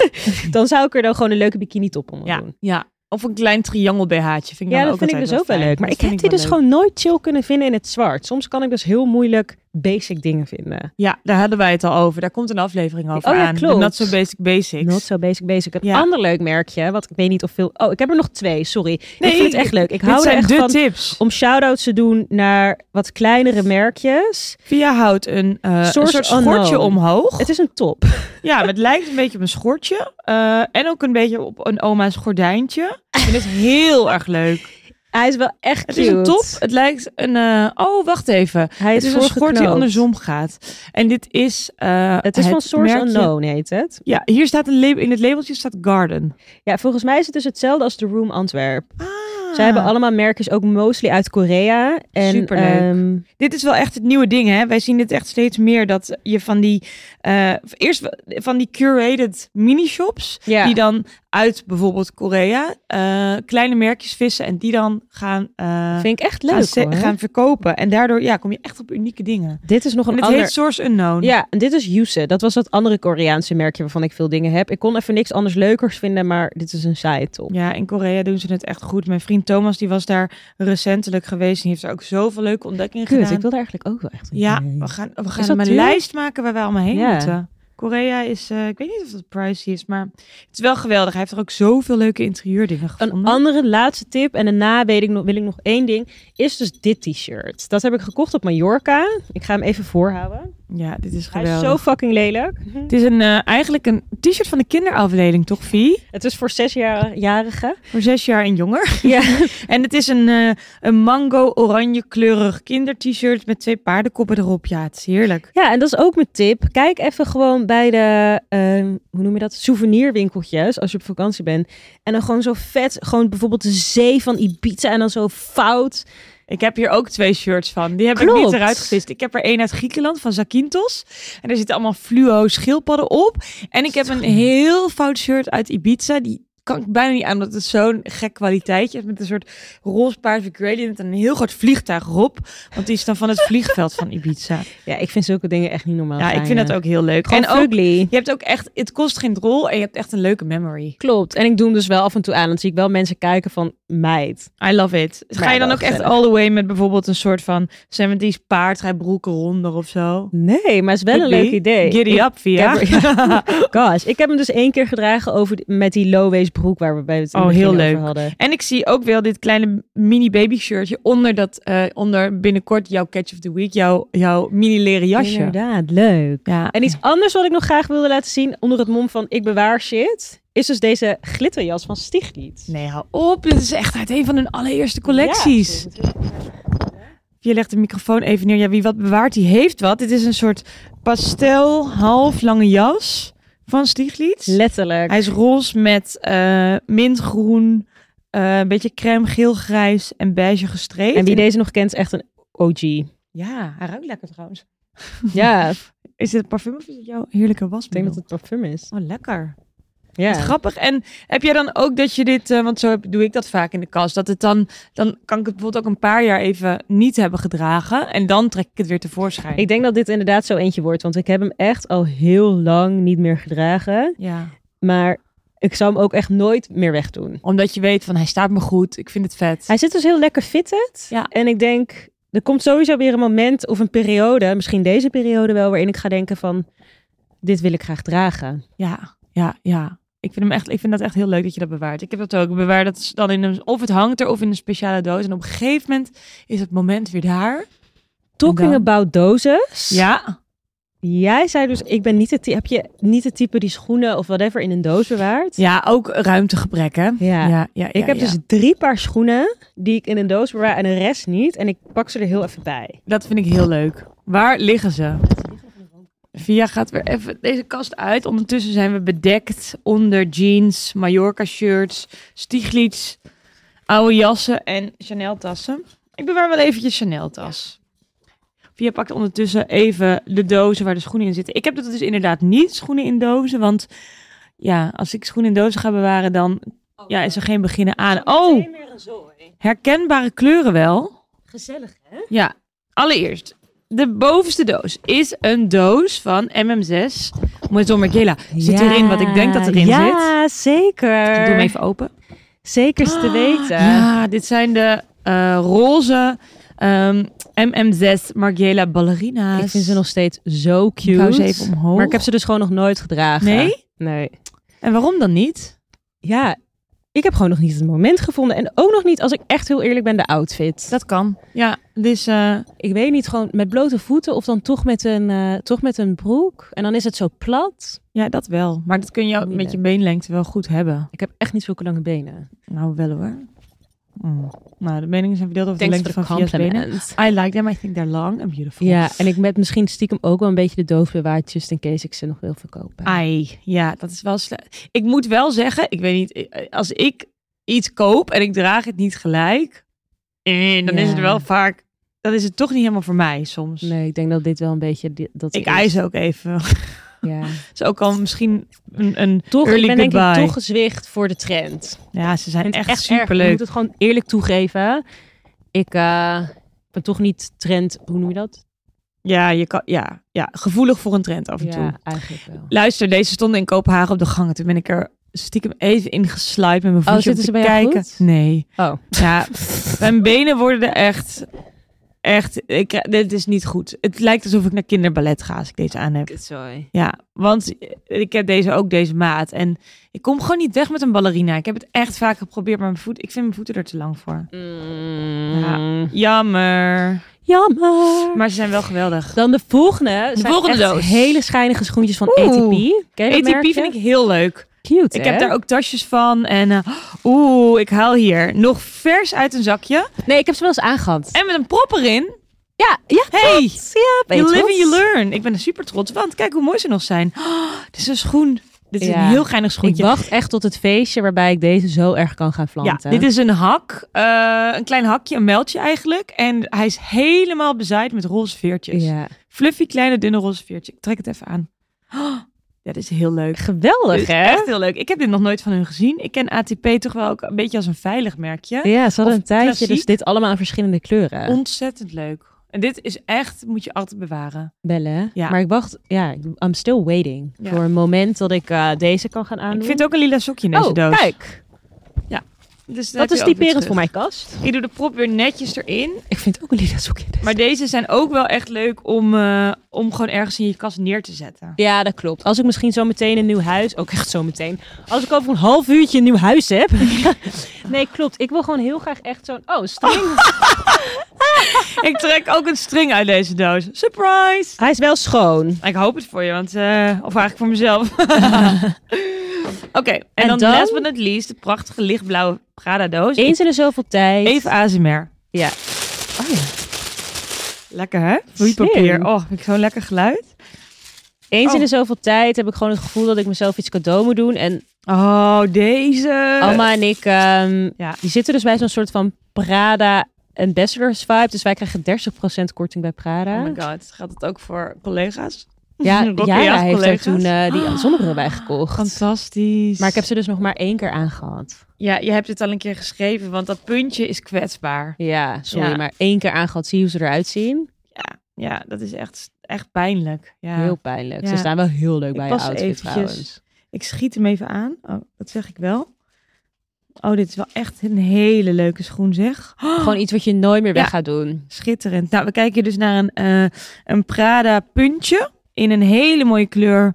S2: dan zou ik er dan gewoon een leuke bikini top onder
S1: ja,
S2: doen.
S1: ja. Of een klein triangel BH'tje. Vind ik
S2: Ja,
S1: dan
S2: dat
S1: ook
S2: vind ik
S1: altijd
S2: dus ook wel
S1: fijn.
S2: leuk. Maar
S1: Dat
S2: ik heb
S1: vind
S2: dit
S1: wel
S2: dus
S1: leuk.
S2: gewoon nooit chill kunnen vinden in het zwart. Soms kan ik dus heel moeilijk basic dingen vinden.
S1: Ja, daar hadden wij het al over. Daar komt een aflevering over
S2: Oh ja,
S1: aan. De
S2: klopt.
S1: Not So Basic Basics.
S2: Not so basic, basic. Een
S1: Ja.
S2: ander leuk merkje, wat ik weet niet of veel... Oh, ik heb er nog twee, sorry.
S1: Nee,
S2: ik vind het echt leuk. Ik
S1: Dit
S2: hou er
S1: zijn
S2: echt
S1: de
S2: van
S1: tips.
S2: om shout-outs te doen naar wat kleinere merkjes.
S1: Via houdt een, eh, een
S2: Source
S1: soort schortje
S2: unknown.
S1: omhoog.
S2: Het is een top.
S1: Ja, het lijkt een beetje op een schortje. eh, en ook een beetje op een oma's gordijntje. Ik vind het heel erg leuk.
S2: Hij is wel echt
S1: Het
S2: cute.
S1: is een top. Het lijkt een... eh, oh, wacht even.
S2: Hij
S1: Het
S2: is,
S1: is een schort die
S2: voorgeknoopt.
S1: andersom gaat. En dit is... eh,
S2: Het is van Source
S1: merkje-
S2: Unknown, heet het.
S1: Ja, hier staat een label, in het labeltje staat Garden.
S2: Ja, volgens mij is het dus hetzelfde als The Room Antwerp.
S1: Ah.
S2: Zij hebben allemaal merkjes, ook mostly uit Korea. En,
S1: Superleuk.
S2: ehm,
S1: Dit is wel echt het nieuwe ding, hè? Wij zien dit echt steeds meer dat je van die eh, eerst wa- van die curated mini-shops
S2: ja.
S1: die dan uit bijvoorbeeld Korea eh, kleine merkjes vissen en die dan gaan, eh,
S2: vind ik echt
S1: gaan,
S2: leuk
S1: se-
S2: hoor.
S1: gaan verkopen en daardoor ja kom je echt op unieke dingen.
S2: Dit is nog
S1: En
S2: een
S1: het
S2: ander...
S1: heet Source Unknown.
S2: Ja, en dit is Yuse. Dat was dat andere Koreaanse merkje waarvan ik veel dingen heb. Ik kon even niks anders leukers vinden, maar dit is een side top.
S1: Ja, in Korea doen ze het echt goed. Mijn vriend Thomas die was daar recentelijk geweest en die heeft er ook zoveel leuke ontdekkingen
S2: Kut,
S1: gedaan.
S2: ik wil daar eigenlijk ook wel echt een
S1: Ja,
S2: keer heen.
S1: we gaan, we gaan
S2: dat
S1: hem een
S2: duur?
S1: lijst maken waar wij allemaal heen
S2: Ja.
S1: moeten. Korea is, eh, ik weet niet of dat pricey is, maar het is wel geweldig. Hij heeft er ook zoveel leuke interieurdingen
S2: Een
S1: gevonden.
S2: andere laatste tip, en daarna weet ik nog, wil ik nog één ding, is dus dit t-shirt. Dat heb ik gekocht op Mallorca. Ik ga hem even voorhouden.
S1: ja, dit is
S2: Hij is
S1: geweldig.
S2: zo fucking lelijk.
S1: Het is een, eh, eigenlijk een t-shirt van de kinderafdeling, toch, Vie?
S2: Het is voor zesjarigen.
S1: Voor zes jaar en jonger.
S2: Ja.
S1: En het is een, eh, een mango-oranje kleurig kinder-t-shirt met twee paardenkoppen erop. Ja, het is heerlijk.
S2: ja, en dat is ook mijn tip. Kijk even gewoon bij de, ehm, hoe noem je dat, souvenirwinkeltjes als je op vakantie bent. En dan gewoon zo vet, gewoon bijvoorbeeld de zee van Ibiza en dan zo fout.
S1: Ik heb hier ook twee shirts van. Die heb ik niet
S2: Klopt.
S1: eruit gevist. Ik heb er één uit Griekenland van Zakynthos. En daar zitten allemaal fluo schildpadden op. En ik heb een heel fout shirt uit Ibiza. Die kan ik bijna niet aan, omdat het zo'n gek kwaliteitje is. Met een soort roze paarse gradient en een heel groot vliegtuig erop. Want die is dan van het vliegveld van Ibiza.
S2: Ja, ik vind zulke dingen echt niet normaal
S1: Ja, ik vind dat ook heel leuk.
S2: Gewoon
S1: en ook,
S2: ugly.
S1: je hebt ook echt, het kost geen drol en je hebt echt een leuke memory.
S2: Klopt. En ik doe hem dus wel af en toe aan. Dan zie ik wel mensen kijken van, meid.
S1: I love it. Ga
S2: ja,
S1: je dan
S2: wel
S1: ook echt
S2: gezellig.
S1: all the way met bijvoorbeeld een soort van 70s paardrijbroek eronder of zo?
S2: Nee, maar het is wel een
S1: Could
S2: leuk
S1: be.
S2: idee.
S1: Giddy up, Via.
S2: heb Gosh, ik heb hem dus één keer gedragen over die- met die low-waist broek waar we bij het in
S1: Oh,
S2: het begin
S1: heel leuk.
S2: over hadden.
S1: en ik zie ook wel dit kleine mini baby shirtje onder dat eh, onder binnenkort jouw catch of the week, jouw, jouw mini leren jasje.
S2: Inderdaad, leuk.
S1: Ja.
S2: En iets anders wat ik nog graag wilde laten zien onder het mom van ik bewaar shit, is dus deze glitterjas van Stiglied.
S1: Nee, hou op. Dit is echt uit een van hun allereerste
S2: Ja,
S1: collecties.
S2: sorry, natuurlijk.
S1: Je legt de microfoon even neer. Ja, wie wat bewaart, die heeft wat. Dit is een soort pastel half lange jas van Stieglitz.
S2: Letterlijk.
S1: Hij is roze met eh, mintgroen, eh, een beetje crème geel grijs en beige gestreept.
S2: En wie deze nog kent is echt een OG.
S1: Ja, hij ruikt lekker trouwens.
S2: Ja, ik
S1: Is dit parfum of is het jouw heerlijke
S2: denk
S1: wasmiddel?
S2: dat het parfum is.
S1: Oh, lekker.
S2: Ja.
S1: Wat grappig. En heb jij dan ook dat je dit, eh, want zo heb- doe ik dat vaak in de kast, dat het dan, dan kan ik het bijvoorbeeld ook een paar jaar even niet hebben gedragen en dan trek ik het weer tevoorschijn.
S2: Ik denk dat dit inderdaad zo eentje wordt, want ik heb hem echt al heel lang niet meer gedragen.
S1: Ja.
S2: Maar ik zou hem ook echt nooit meer wegdoen.
S1: Omdat je weet van hij staat me goed, ik vind het vet.
S2: Hij zit dus heel lekker fitted.
S1: Ja.
S2: En ik denk, er komt sowieso weer een moment of een periode, misschien deze periode wel, waarin ik ga denken van, dit wil ik graag dragen.
S1: Ja, ja, ja. Ik vind, hem echt, ik vind dat echt heel leuk dat je dat bewaart. Ik heb dat ook. Ik bewaar dat s- dan in een, of het hangt er of in een speciale doos. En op een gegeven moment is het moment weer daar.
S2: Talking
S1: En
S2: about doses.
S1: Ja.
S2: Jij zei dus, ik ben niet het, ty- heb je niet het type die schoenen of whatever in een doos bewaart?
S1: Ja, ook ruimtegebrek, hè?
S2: Ja.
S1: ja, ja
S2: Ik heb
S1: ja.
S2: dus drie paar schoenen die ik in een doos bewaar en de rest niet. En ik pak ze er heel even bij.
S1: Dat vind ik heel leuk. Waar liggen ze? Via gaat weer even deze kast uit. Ondertussen zijn we bedekt onder jeans, Mallorca shirts, Stieglitz, oude jassen en Chanel tassen. Ik bewaar wel eventjes Chanel tas. Via pakt ondertussen even de dozen waar de schoenen in zitten. Ik heb dat dus inderdaad niet, schoenen in dozen. Want ja, als ik schoenen in dozen ga bewaren, dan ja, is er geen beginnen aan. Oh, herkenbare kleuren wel.
S2: Gezellig, hè?
S1: Ja, allereerst. De bovenste doos is een doos van MM6. Moetom Margiela. Zit erin wat ik denk dat erin
S2: ja,
S1: zit?
S2: Ja, zeker.
S1: Ik doe hem even open.
S2: Zeker is te weten.
S1: Ja, dit zijn de eh, roze ehm, MM6 Margiela ballerina's.
S2: Ik vind ze nog steeds zo cute.
S1: Ik hou ze even omhoog.
S2: Maar ik heb ze dus gewoon nog nooit gedragen.
S1: Nee?
S2: Nee.
S1: En waarom dan niet?
S2: Ja, ik heb gewoon nog niet het moment gevonden. En ook nog niet, als ik echt heel eerlijk ben, de outfit.
S1: Dat kan. Ja, dus... eh,
S2: Ik weet niet, gewoon met blote voeten of dan toch met een, eh, toch met een broek. En dan is het zo plat.
S1: ja, dat wel. Maar dat kun je met
S2: Moeilijk.
S1: je beenlengte wel goed hebben.
S2: Ik heb echt niet zulke lange benen.
S1: Nou, wel hoor. Mm. Nou, de meningen zijn verdeeld over de
S2: Thanks
S1: lengte
S2: for the
S1: van Via's benen.
S2: compliment.
S1: I like them. I think they're long and beautiful.
S2: Ja, en ik met misschien stiekem ook wel een beetje de doof bewaard, just in case ik ze nog wil verkopen.
S1: Ah. Ai, ja, dat is wel slecht. Ik moet wel zeggen, ik weet niet, eh, als ik iets koop en ik draag het niet gelijk, eh, dan is het
S2: Ja.
S1: wel vaak, dan is het toch niet helemaal voor mij soms.
S2: Nee, ik denk dat dit wel een beetje di- dat
S1: Ik
S2: is.
S1: eis ook even.
S2: Ja.
S1: Ze ook al misschien een, een
S2: Toch,
S1: early
S2: ik ben denk
S1: goodbye.
S2: ik toch gezwicht voor de trend.
S1: Ja, ze zijn
S2: vind
S1: echt,
S2: het echt erg. Ik
S1: superleuk.
S2: moet het gewoon eerlijk toegeven. Ik eh, ben toch niet trend, hoe noem je dat?
S1: Ja, je kan, ja, ja, gevoelig voor een trend af en toe.
S2: Ja, eigenlijk wel.
S1: Luister, deze stonden in Kopenhagen op de gangen. Toen ben ik er stiekem even in gesluit met mijn voetje
S2: Oh, zitten
S1: om te
S2: ze bij jou
S1: kijken.
S2: goed?
S1: Nee.
S2: Oh.
S1: Ja, mijn benen worden er echt... Echt, ik, dit is niet goed. Het lijkt alsof ik naar kinderballet ga als ik deze aan heb.
S2: Sorry.
S1: Ja, want ik heb deze ook, deze maat. En ik kom gewoon niet weg met een ballerina. Ik heb het echt vaak geprobeerd, maar mijn voet, ik vind mijn voeten er te lang voor. Ja. Jammer.
S2: Mm. Jammer.
S1: Maar ze zijn wel geweldig.
S2: dan de volgende. zijn
S1: volgende
S2: echt
S1: doos.
S2: hele schijnige schoentjes van
S1: Oeh.
S2: ATP. Ken je dat
S1: ATP
S2: merkje?
S1: vind ik heel leuk.
S2: cute.
S1: Ik heb daar ook tasjes van. En eh, oeh, ik haal hier nog vers uit een zakje.
S2: Nee, ik heb ze wel eens aangehad.
S1: En met een prop erin.
S2: Ja, ja.
S1: Eh, Hey,
S2: klopt. Ja, ben je
S1: you live
S2: trots?
S1: and you learn. Ik ben er super trots op, want kijk hoe mooi ze nog zijn. Oh, dit is een schoen. Dit is
S2: Ja.
S1: een heel geinig
S2: Ik
S1: schoentje.
S2: wacht echt tot het feestje waarbij ik deze zo erg kan gaan
S1: Ja,
S2: planten.
S1: dit is een hak. eh, een klein hakje, een meldje eigenlijk. En hij is helemaal bezaaid met roze veertjes.
S2: ja.
S1: Fluffy, kleine, dunne roze veertje. Ik trek het even aan. Oh, ja, dit is heel leuk. Dit
S2: geweldig,
S1: is
S2: hè?
S1: echt heel leuk. Ik heb dit nog nooit van hun gezien. Ik ken ATP toch wel ook een beetje als een veilig merkje.
S2: Ja, ze hadden
S1: Of
S2: een tijdje dus
S1: klassiek.
S2: dit allemaal in verschillende kleuren.
S1: Ontzettend leuk. En dit is echt, moet je altijd bewaren.
S2: bellen.
S1: Ja.
S2: Maar ik wacht, ja, ik- I'm still waiting
S1: Ja.
S2: voor een moment dat ik eh, deze kan gaan aandoen.
S1: Ik vind ook een lila sokje in deze
S2: oh,
S1: doos.
S2: kijk,
S1: Dus dan heb
S2: dat is
S1: je ook weer
S2: typerend
S1: terug.
S2: voor mijn kast.
S1: Ik doe de prop weer netjes erin.
S2: Ik vind ook een lila sokje. in deze
S1: Maar deze zijn ook wel echt leuk om, eh, om gewoon ergens in je kast neer te zetten.
S2: Ja, dat klopt. Als ik misschien zo meteen een nieuw huis, ook echt zo meteen, als ik over een half uurtje een nieuw huis heb. nee, klopt. Ik wil gewoon heel graag echt zo'n, oh, een string.
S1: Ik trek ook een string uit deze doos. Surprise!
S2: Hij is wel schoon.
S1: Ik hoop het voor je, want, eh, of eigenlijk voor mezelf. Oké, en,
S2: En
S1: dan,
S2: dan?
S1: last but not least de prachtige lichtblauwe Prada doos.
S2: Eens in de zoveel tijd.
S1: Even ASMR.
S2: Ja.
S1: Oh Lekker hè? Vloeipapier. Oh, vind ik zo'n lekker geluid.
S2: Eens
S1: Oh.
S2: in de zoveel tijd heb ik gewoon het gevoel dat ik mezelf iets cadeau moet doen. En
S1: Oh, deze.
S2: Alma en ik, ehm,
S1: Ja.
S2: die zitten dus bij zo'n soort van Prada ambassadors vibe. Dus wij krijgen 30% korting bij Prada.
S1: Oh my god, gaat het ook voor collega's?
S2: Ja,
S1: Rocky
S2: Jara
S1: Jacht
S2: heeft er
S1: collega's. Ah,
S2: toen eh, die zonnebril bij gekocht.
S1: Fantastisch.
S2: Maar ik heb ze dus nog maar één keer aangehad.
S1: Ja, je hebt het al een keer geschreven, want dat puntje is kwetsbaar.
S2: Ja, sorry,
S1: Ja.
S2: maar één keer aangehad. Zie hoe ze eruit zien.
S1: Ja, ja dat is echt, echt pijnlijk. Ja.
S2: Heel pijnlijk. Ze
S1: Ja.
S2: staan wel heel leuk
S1: Ik
S2: bij je
S1: pas
S2: outfit
S1: eventjes.
S2: trouwens.
S1: Ik schiet hem even aan. Oh, dat zeg ik wel. Oh, dit is wel echt een hele leuke schoen, zeg. Oh,
S2: Gewoon iets wat je nooit meer weg
S1: Ja.
S2: gaat doen.
S1: Schitterend. Nou, we kijken hier dus naar een, eh, een Prada puntje in een hele mooie kleur.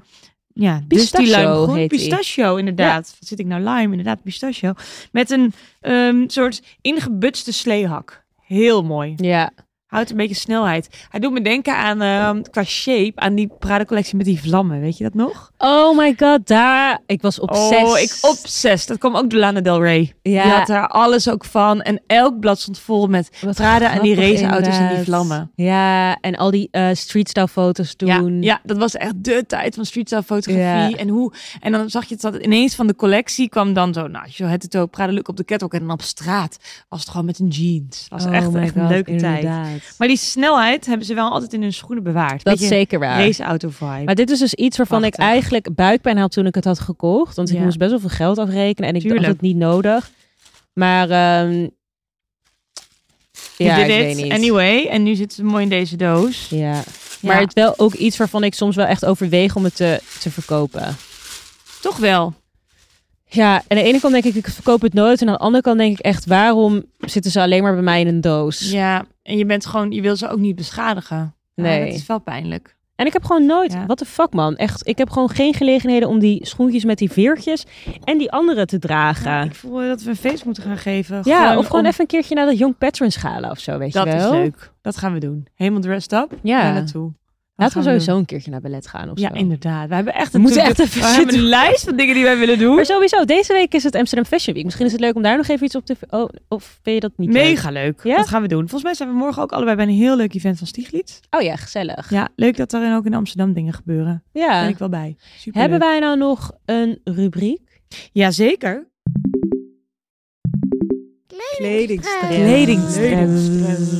S1: Ja, dus die
S2: Pistachio
S1: limegroen.
S2: heet die.
S1: Pistachio, inderdaad. Wat zit ik nou? Lime, inderdaad, pistachio. Met een ehm, soort ingebutste sleehak. Heel mooi.
S2: Ja,
S1: Houdt een beetje snelheid. Hij doet me denken aan, ehm, qua shape, aan die Prada collectie met die vlammen. Weet je dat nog?
S2: Oh my god, daar. Ik was obsessed.
S1: Oh, ik obsessed. Dat kwam ook door Lana Del Rey.
S2: Ja.
S1: Die had daar alles ook van. En elk blad stond vol met
S2: Wat
S1: Prada en die
S2: grappig,
S1: raceauto's en die
S2: inderdaad.
S1: vlammen.
S2: Ja, en al die eh streetstyle foto's doen.
S1: Ja, ja, dat was echt de tijd van streetstyle fotografie.
S2: Ja.
S1: En, hoe, en dan zag je het dat ineens van de collectie kwam dan zo... Nou, je had het ook, Prada Luc op de catwalk. En dan op straat was het gewoon met een jeans. was
S2: Oh
S1: echt,
S2: my
S1: echt een
S2: god,
S1: leuke tijd.
S2: inderdaad.
S1: Maar die snelheid hebben ze wel altijd in hun schoenen bewaard.
S2: Dat is
S1: Beetje
S2: zeker waar.
S1: raceauto vibe.
S2: Maar dit is dus iets waarvan ik
S1: Prachtig.
S2: eigenlijk buikpijn had toen ik het had gekocht. Want ik
S1: Ja.
S2: moest best wel veel geld afrekenen en ik
S1: Tuurlijk.
S2: had het niet nodig. Maar ehm,
S1: Je
S2: ja, ik
S1: did
S2: weet
S1: it
S2: niet.
S1: anyway. En nu zit ze mooi in deze doos.
S2: Ja. Maar het wel ook iets waarvan ik soms wel echt overweeg om het te, te verkopen.
S1: Toch wel.
S2: Ja, en aan de ene kant denk ik, ik verkoop het nooit. En aan de andere kant denk ik echt, waarom zitten ze alleen maar bij mij in een doos?
S1: Ja, en je bent gewoon... Je wil ze ook niet beschadigen. Ja,
S2: Nee.
S1: dat is wel pijnlijk.
S2: En ik heb gewoon nooit,
S1: Ja.
S2: what the fuck man. Echt, ik heb gewoon geen gelegenheden om die schoentjes met die veertjes en die andere te dragen.
S1: Ik voel dat we een feest moeten gaan geven.
S2: Ja, of gewoon
S1: om-
S2: even een keertje naar dat Young Patrons gala of zo, weet
S1: Dat
S2: je wel.
S1: is leuk. Dat gaan we doen. Helemaal dressed up.
S2: Ja.
S1: Daar naartoe. Dat
S2: Laten
S1: gaan
S2: we
S1: doen.
S2: sowieso een keertje naar ballet gaan of
S1: Ja,
S2: zo.
S1: inderdaad. We hebben echt
S2: We moeten echt even
S1: we hebben
S2: zitten.
S1: een lijst van dingen die wij willen doen.
S2: Maar sowieso, deze week is het Amsterdam Fashion Week. Misschien is het leuk om daar nog even iets op te... Oh, of vind je dat niet leuk?
S1: Mega leuk.
S2: Ja?
S1: Dat gaan we doen. Volgens mij zijn we morgen ook allebei bij een heel leuk event van Stieglitz.
S2: Oh ja, gezellig.
S1: Ja, leuk dat daarin ook in Amsterdam dingen gebeuren.
S2: Ja.
S1: Ben ik wel bij. Super
S2: Hebben wij nou nog een rubriek?
S1: Jazeker.
S3: Kledingstress.
S1: Kledingstress.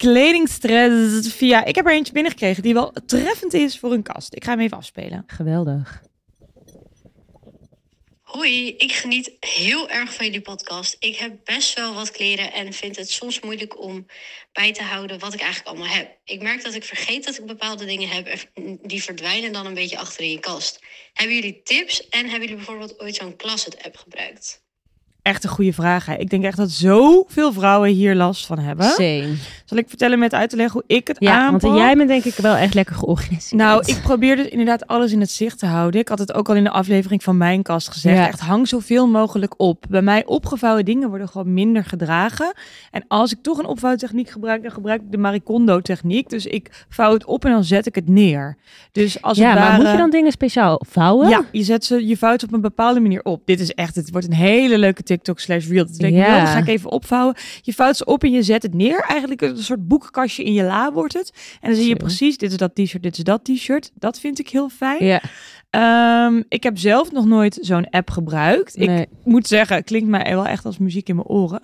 S1: Kledingstress via... Ik heb er eentje binnengekregen die wel treffend is voor een kast. Ik ga hem even afspelen.
S2: Geweldig.
S4: Hoi, ik geniet heel erg van jullie podcast. Ik heb best wel wat kleren en vind het soms moeilijk om bij te houden wat ik eigenlijk allemaal heb. Ik merk dat ik vergeet dat ik bepaalde dingen heb en die verdwijnen dan een beetje achter in je kast. Hebben jullie tips en hebben jullie bijvoorbeeld ooit zo'n Closet app gebruikt?
S1: Echt een goede vraag. Hè. Ik denk echt dat zoveel vrouwen hier last van hebben.
S2: Same.
S1: Zal ik vertellen met uit te leggen hoe ik het
S2: Ja,
S1: aanpak?
S2: want jij bent denk ik wel echt lekker georganiseerd.
S1: Nou, ik probeer dus inderdaad alles in het zicht te houden. Ik had het ook al in de aflevering van Mijn Kast gezegd.
S2: Ja.
S1: Echt hang zoveel mogelijk op. Bij mij opgevouwen dingen worden gewoon minder gedragen. En als ik toch een opvouwtechniek gebruik, dan gebruik ik de Maricondo techniek. Dus ik vouw het op en dan zet ik het neer. Dus als
S2: Ja,
S1: het
S2: maar
S1: ware...
S2: moet je dan dingen speciaal vouwen?
S1: Ja, je zet ze, je vouwt ze op een bepaalde manier op. Dit is echt, het wordt een hele leuke TikTok slash reel. Dat denk ik
S2: Ja.
S1: wel, dat ga ik even opvouwen. Je vouwt ze op en je zet het neer. Eigenlijk een soort boekenkastje in je la wordt het. En dan zie je
S2: Zo.
S1: precies, dit is dat t-shirt, dit is dat t-shirt. Dat vind ik heel fijn.
S2: Ja,
S1: Ehm, ik heb zelf nog nooit zo'n app gebruikt.
S2: nee.
S1: Ik moet zeggen, het klinkt mij wel echt als muziek in mijn oren.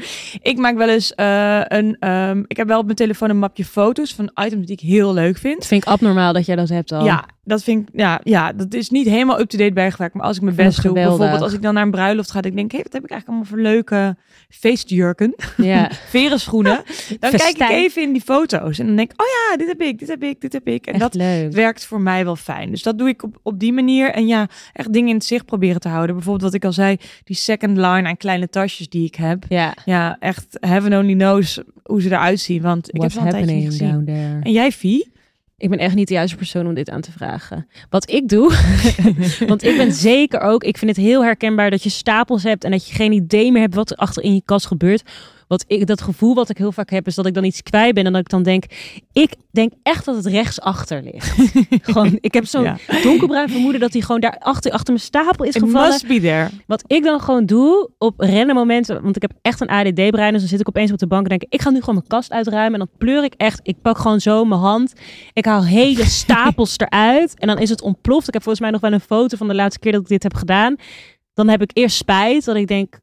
S1: ik maak wel eens eh, een, ehm, ik heb wel op mijn telefoon een mapje foto's van items die ik heel leuk vind.
S2: Het vind ik abnormaal dat jij dat hebt al.
S1: Ja, dat vind ik. Ja, ja, dat is niet helemaal up-to-date bijgewerkt. Maar als ik mijn
S2: vind
S1: best
S2: het
S1: doe,
S2: geweldig.
S1: bijvoorbeeld als ik dan naar een bruiloft ga, dat ik denk, hé, wat heb ik eigenlijk allemaal voor leuke feestjurken,
S2: ja.
S1: veren schoenen. Dan kijk ik
S2: Festijn.
S1: even in die foto's en dan denk ik, oh ja, dit heb ik, dit heb ik, dit heb ik. En
S2: Echt
S1: dat
S2: leuk.
S1: werkt voor mij wel fijn. Dus dat doe ik op, op die manier. En ja, echt dingen in het zicht proberen te houden. Bijvoorbeeld wat ik al zei, die second line aan kleine tasjes die ik heb.
S2: Ja.
S1: Ja, echt heaven only knows hoe ze eruit zien, want ik heb
S2: What's
S1: ze al een tijdje niet
S2: happening
S1: gezien.
S2: down there?
S1: En jij, Vie?
S2: Ik ben echt niet de juiste persoon om dit aan te vragen. Wat ik doe, want ik ben zeker ook, ik vind het heel herkenbaar dat je stapels hebt en dat je geen idee meer hebt wat er achter in je kast gebeurt. Wat ik, dat gevoel wat ik heel vaak heb, is dat ik dan iets kwijt ben en dat ik dan denk, ik denk echt dat het rechtsachter ligt. gewoon, ik heb zo'n
S1: Ja.
S2: donkerbruin vermoeden dat hij gewoon daar achter, achter mijn stapel is
S1: It
S2: gevallen.
S1: must be there.
S2: Wat ik dan gewoon doe op random momenten, want ik heb echt een ADD-brein, dus dan zit ik opeens op de bank en denk ik, ik ga nu gewoon mijn kast uitruimen. En dan pleur ik echt, ik pak gewoon zo mijn hand, ik haal hele stapels eruit en dan is het ontploft. Ik heb volgens mij nog wel een foto van de laatste keer dat ik dit heb gedaan. Dan heb ik eerst spijt, dat ik denk,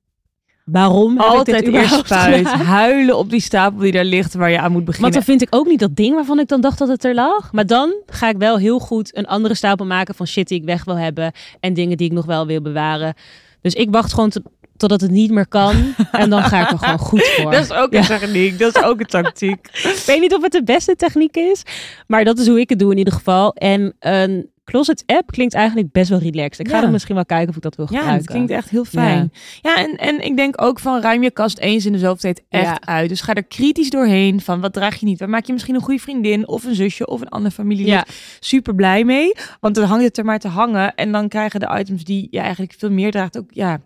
S2: waarom heb ik
S1: Altijd
S2: dit
S1: eerst
S2: überhaupt
S1: spuit.
S2: gedaan?
S1: Huilen op die stapel die daar ligt waar je aan moet beginnen.
S2: Want dan vind ik ook niet dat ding waarvan ik dan dacht dat het er lag. Maar dan ga ik wel heel goed een andere stapel maken van shit die ik weg wil hebben. En dingen die ik nog wel wil bewaren. Dus ik wacht gewoon tot- totdat het niet meer kan. En dan ga ik er gewoon goed voor.
S1: dat is ook een techniek, dat is ook een tactiek.
S2: Ik weet niet of het de beste techniek is. Maar dat is hoe ik het doe in ieder geval. En een closet app klinkt eigenlijk best wel relaxed. Ik ga
S1: Ja.
S2: dan misschien wel kijken of ik dat wil
S1: Ja,
S2: gebruiken.
S1: dat klinkt echt heel fijn. Ja, en, en ik denk ook van ruim je kast eens in de zoveel tijd echt
S2: Ja.
S1: uit. Dus ga er kritisch doorheen van wat draag je niet. Waar maak je misschien een goede vriendin of een zusje of een ander familielid
S2: Ja.
S1: super blij mee. Want dan hangt het er maar te hangen. En dan krijgen de items die je eigenlijk veel meer draagt ook, ja.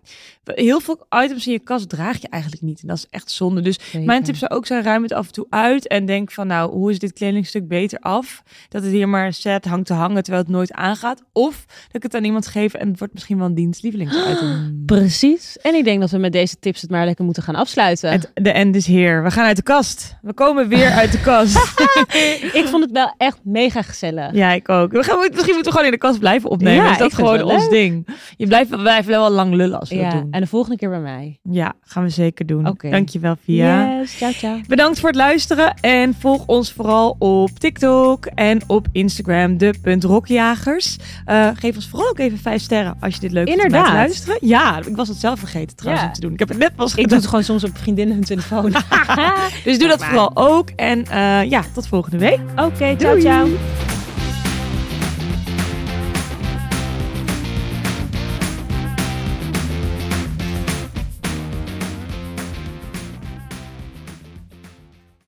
S1: Heel veel items in je kast draag je eigenlijk niet. En dat is echt zonde. Dus
S2: Zeker.
S1: Mijn tip zou ook zijn, ruim het af en toe uit en denk van nou, hoe is dit kledingstuk beter af? Dat het hier maar set hangt te hangen, terwijl het nooit aangaat. Of dat ik het aan iemand geef en het wordt misschien wel een dienstlievelingsuiting.
S2: Precies. En ik denk dat we met deze tips het maar lekker moeten gaan afsluiten.
S1: Het- De end is here. We gaan uit de kast. We komen weer uit de kast.
S2: Ik vond het wel echt mega gezellig.
S1: ja, ik ook. We gaan, misschien moeten we gewoon in de kast blijven opnemen.
S2: Ja,
S1: is dat
S2: ik vind
S1: gewoon
S2: het wel
S1: ons ding? Je blijft, wij blijven wel lang lullen als we dat
S2: Ja,
S1: doen.
S2: en de volgende keer bij mij.
S1: Ja, gaan we zeker doen.
S2: Oké.
S1: Dankjewel, Via.
S2: Yes, ciao, ciao.
S1: Bedankt voor het luisteren en volg ons vooral op TikTok en op Instagram, de.rokjagers. Eh, geef ons vooral ook even vijf sterren als je dit leuk vindt om naar te
S2: Inderdaad.
S1: luisteren. Ja, ik was het zelf vergeten trouwens
S2: Ja.
S1: om te doen. Ik heb het net pas
S2: Ik doe
S1: gedaan. Oh
S2: het gewoon soms op vriendinnen hun telefoon. Oké,
S1: Dus doe dat vooral ook. En eh, ja, tot volgende week.
S2: ciao,
S1: Doei.
S2: ciao.